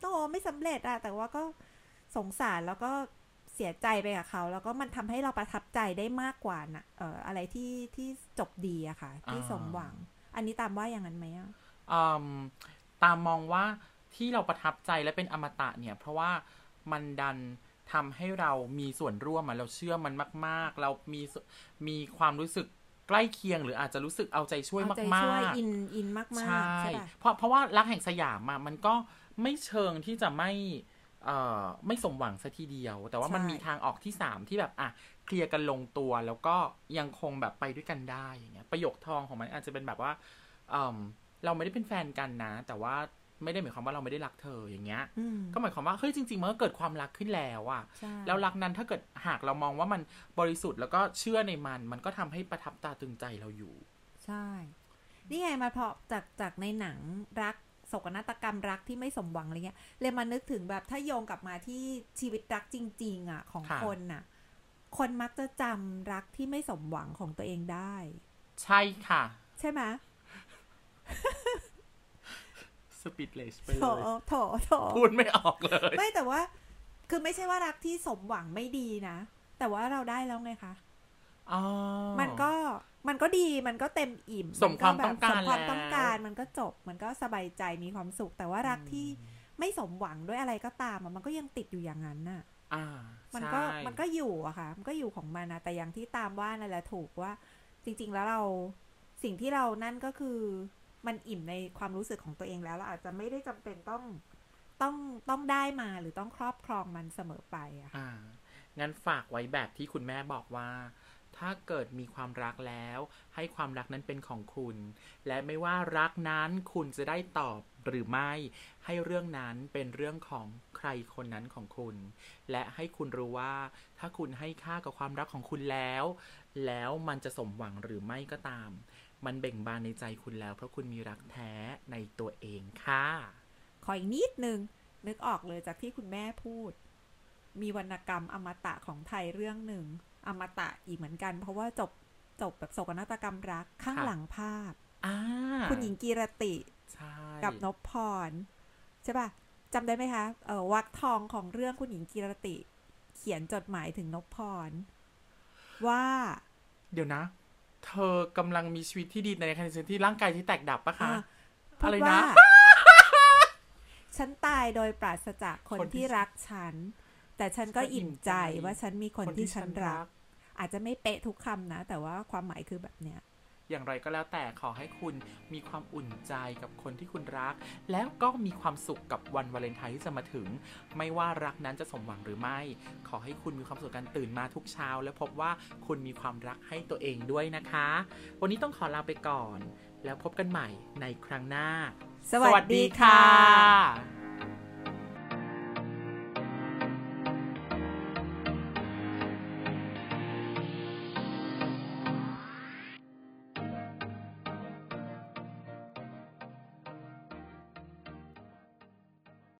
Speaker 2: โตไม่สำเร็จอะแต่ว่าก็สงสารแล้วก็เสียใจไปกับเขา แล้วก็มันทำให้เราประทับใจได้มากกว่านะเอ่ออะไรที่ที่จบดีอะค่ะ ที่สมหวัง อันนี้ตามว่าอย่างนั้นไหมอะ
Speaker 1: อืมตามมองว่าที่เราประทับใจและเป็นอมตะเนี่ย เพราะว่ามันดันทำให้เรามีส่วนร่วมอะเราเชื่อมันมาก ๆ เรามีส่วนมีความรู้สึกใกล้เคียง หรืออาจจะรู้สึกเอาใจช่วย
Speaker 2: เอา
Speaker 1: มาก
Speaker 2: ใจ
Speaker 1: ๆ
Speaker 2: ช่วยอินอินมาก
Speaker 1: ใช่
Speaker 2: ๆใช่ปะ
Speaker 1: เพราะเพราะว่ารักแห่งสยามอะมันก็ไม่เชิงที่จะไม่เอ่อไม่สมหวังซะทีเดียว แต่ว่ามัน
Speaker 2: ใช่
Speaker 1: มีทางออกที่สามที่แบบอ่ะเคลียร์กันลงตัวแล้วก็ยังคงแบบไปด้วยกันได้อย่างเงี้ยประโยคทองของมันอาจจะเป็นแบบว่าเอ่มเราไม่ได้เป็นแฟนกันนะ แต่ว่าไม่ได้หมายความว่าเราไม่ได้รักเธออย่างเงี้ย
Speaker 2: อืม
Speaker 1: ก็หมายความว่าเฮ้ยจริงๆมันก็เกิดความรักขึ้นแล้วอะ
Speaker 2: ใช่
Speaker 1: แล้วรักนั้นถ้าเกิดหากเรามองว่ามันบริสุทธิ์แล้วก็เชื่อในมัน มันก็ทำให้ประทับตาตรึงใจเราอยู่
Speaker 2: ใช่ นี่ไงมาพอจากจากในหนังรักโศกนาฏกรรมรักที่ไม่สมหวังอะไรเงี้ยเลยมานึกถึงแบบถ้าโยงกลับมาที่ชีวิตรักจริง ๆ อ่ะ ของ
Speaker 1: ค่ะ
Speaker 2: คนน่ะ คนมักจะจำรักที่ไม่สมหวังของตัวเองได้
Speaker 1: ใช่ค่ะ
Speaker 2: ใช่ไหม
Speaker 1: สปีดเลสไป
Speaker 2: โถ
Speaker 1: เลย
Speaker 2: โถโถ
Speaker 1: พูดไม่ออกเลย
Speaker 2: ไม่แต่ว่า คือไม่ใช่ว่ารักที่สมหวังไม่ดีนะ แต่ว่าเราได้แล้วไงคะ
Speaker 1: อ๋อ
Speaker 2: มันก็มันก็ดีมันก็เต็มอิ่ม
Speaker 1: สมความต้องการ
Speaker 2: นแบบสมความ
Speaker 1: แล้ว
Speaker 2: ต้องการมันก็จบมันก็สบายใจมีความสุข แต่ว่ารัก
Speaker 1: อืม
Speaker 2: ที่ไม่สมหวังด้วยอะไรก็ตามอะมันก็ยังติดอยู่อย่างนั้นน่ะ
Speaker 1: อ่า
Speaker 2: มั
Speaker 1: มัน
Speaker 2: ก็มันก็อยู่อะค่ะ มันก็อยู่ของมันนะแต่อย่างที่ตามว่านั่นแหละถูกว่า จริง ๆ แล้วเรา สิ่งที่เรานั่นก็คือมันอิ่มในความรู้สึกของตัวเองแล้วเราอาจจะไม่ได้จำเป็นต้องต้องต้องได้มาหรือต้องครอบครองมันเสมอไปอะค่ะ
Speaker 1: อ่า งั้นฝากไว้แบบที่คุณแม่บอกว่า ถ้าเกิดมีความรักแล้ว ให้ความรักนั้นเป็นของคุณ และไม่ว่ารักนั้นคุณจะได้ตอบหรือไม่ ให้เรื่องนั้นเป็นเรื่องของใครคนนั้นของคุณ และให้คุณรู้ว่า ถ้าคุณให้ค่ากับความรักของคุณแล้ว แล้วมันจะสมหวังหรือไม่ก็ตาม มันเบ่งบานในใจคุณแล้ว เพราะคุณมีรักแท้ในตัวเองค่ะ
Speaker 2: ขออีกนิดนึง นึกออกเลยจากที่คุณแม่พูด มีวรรณกรรมอมตะของไทยเรื่องหนึ่ง อมตะอีกเหมือนกัน เพราะว่าจบจบแบบโศกนาฏกรรมรักข้าง
Speaker 1: ค่ะ
Speaker 2: หลังภาพ
Speaker 1: อ่า
Speaker 2: คุณหญิงกีรติ
Speaker 1: ใช่
Speaker 2: กับนพพร ใช่ป่ะจำได้ไหมคะเออวักทองของเรื่องคุณหญิงกีรติ เขียนจดหมายถึงนพพร ว่า
Speaker 1: เดี๋ยวนะ เธอกำลังมีชีวิตที่ดีในขณะที่ร่างกายที่แตกดับปะคะ
Speaker 2: อ่ะพู
Speaker 1: อะ
Speaker 2: ด
Speaker 1: ไรนะ
Speaker 2: ว่า ฉันตายโดยปราศจากคน
Speaker 1: คนที่
Speaker 2: ที่รักฉัน แต่ฉันก็อิ่มใจ
Speaker 1: อิ่มใจ
Speaker 2: ว่าฉันมีคนที่ฉันรัก อาจจะไม่เป๊ะทุกคำนะ แต่ว่าความหมายคือแบบเนี้ย
Speaker 1: อย่างไรก็แล้วแต่ขอให้คุณมีความอุ่นใจกับคนที่คุณรัก แล้วก็มีความสุขกับวันวาเลนไทน์ที่จะมาถึง ไม่ว่ารักนั้นจะสมหวังหรือไม่ ขอให้คุณมีความสุขกันตื่นมาทุกเช้า และพบว่าคุณมีความรักให้ตัวเองด้วยนะคะ วันนี้ต้องขอลาไปก่อน แล้วพบกันใหม่ในครั้งหน้า
Speaker 2: สวัสดีค่ะ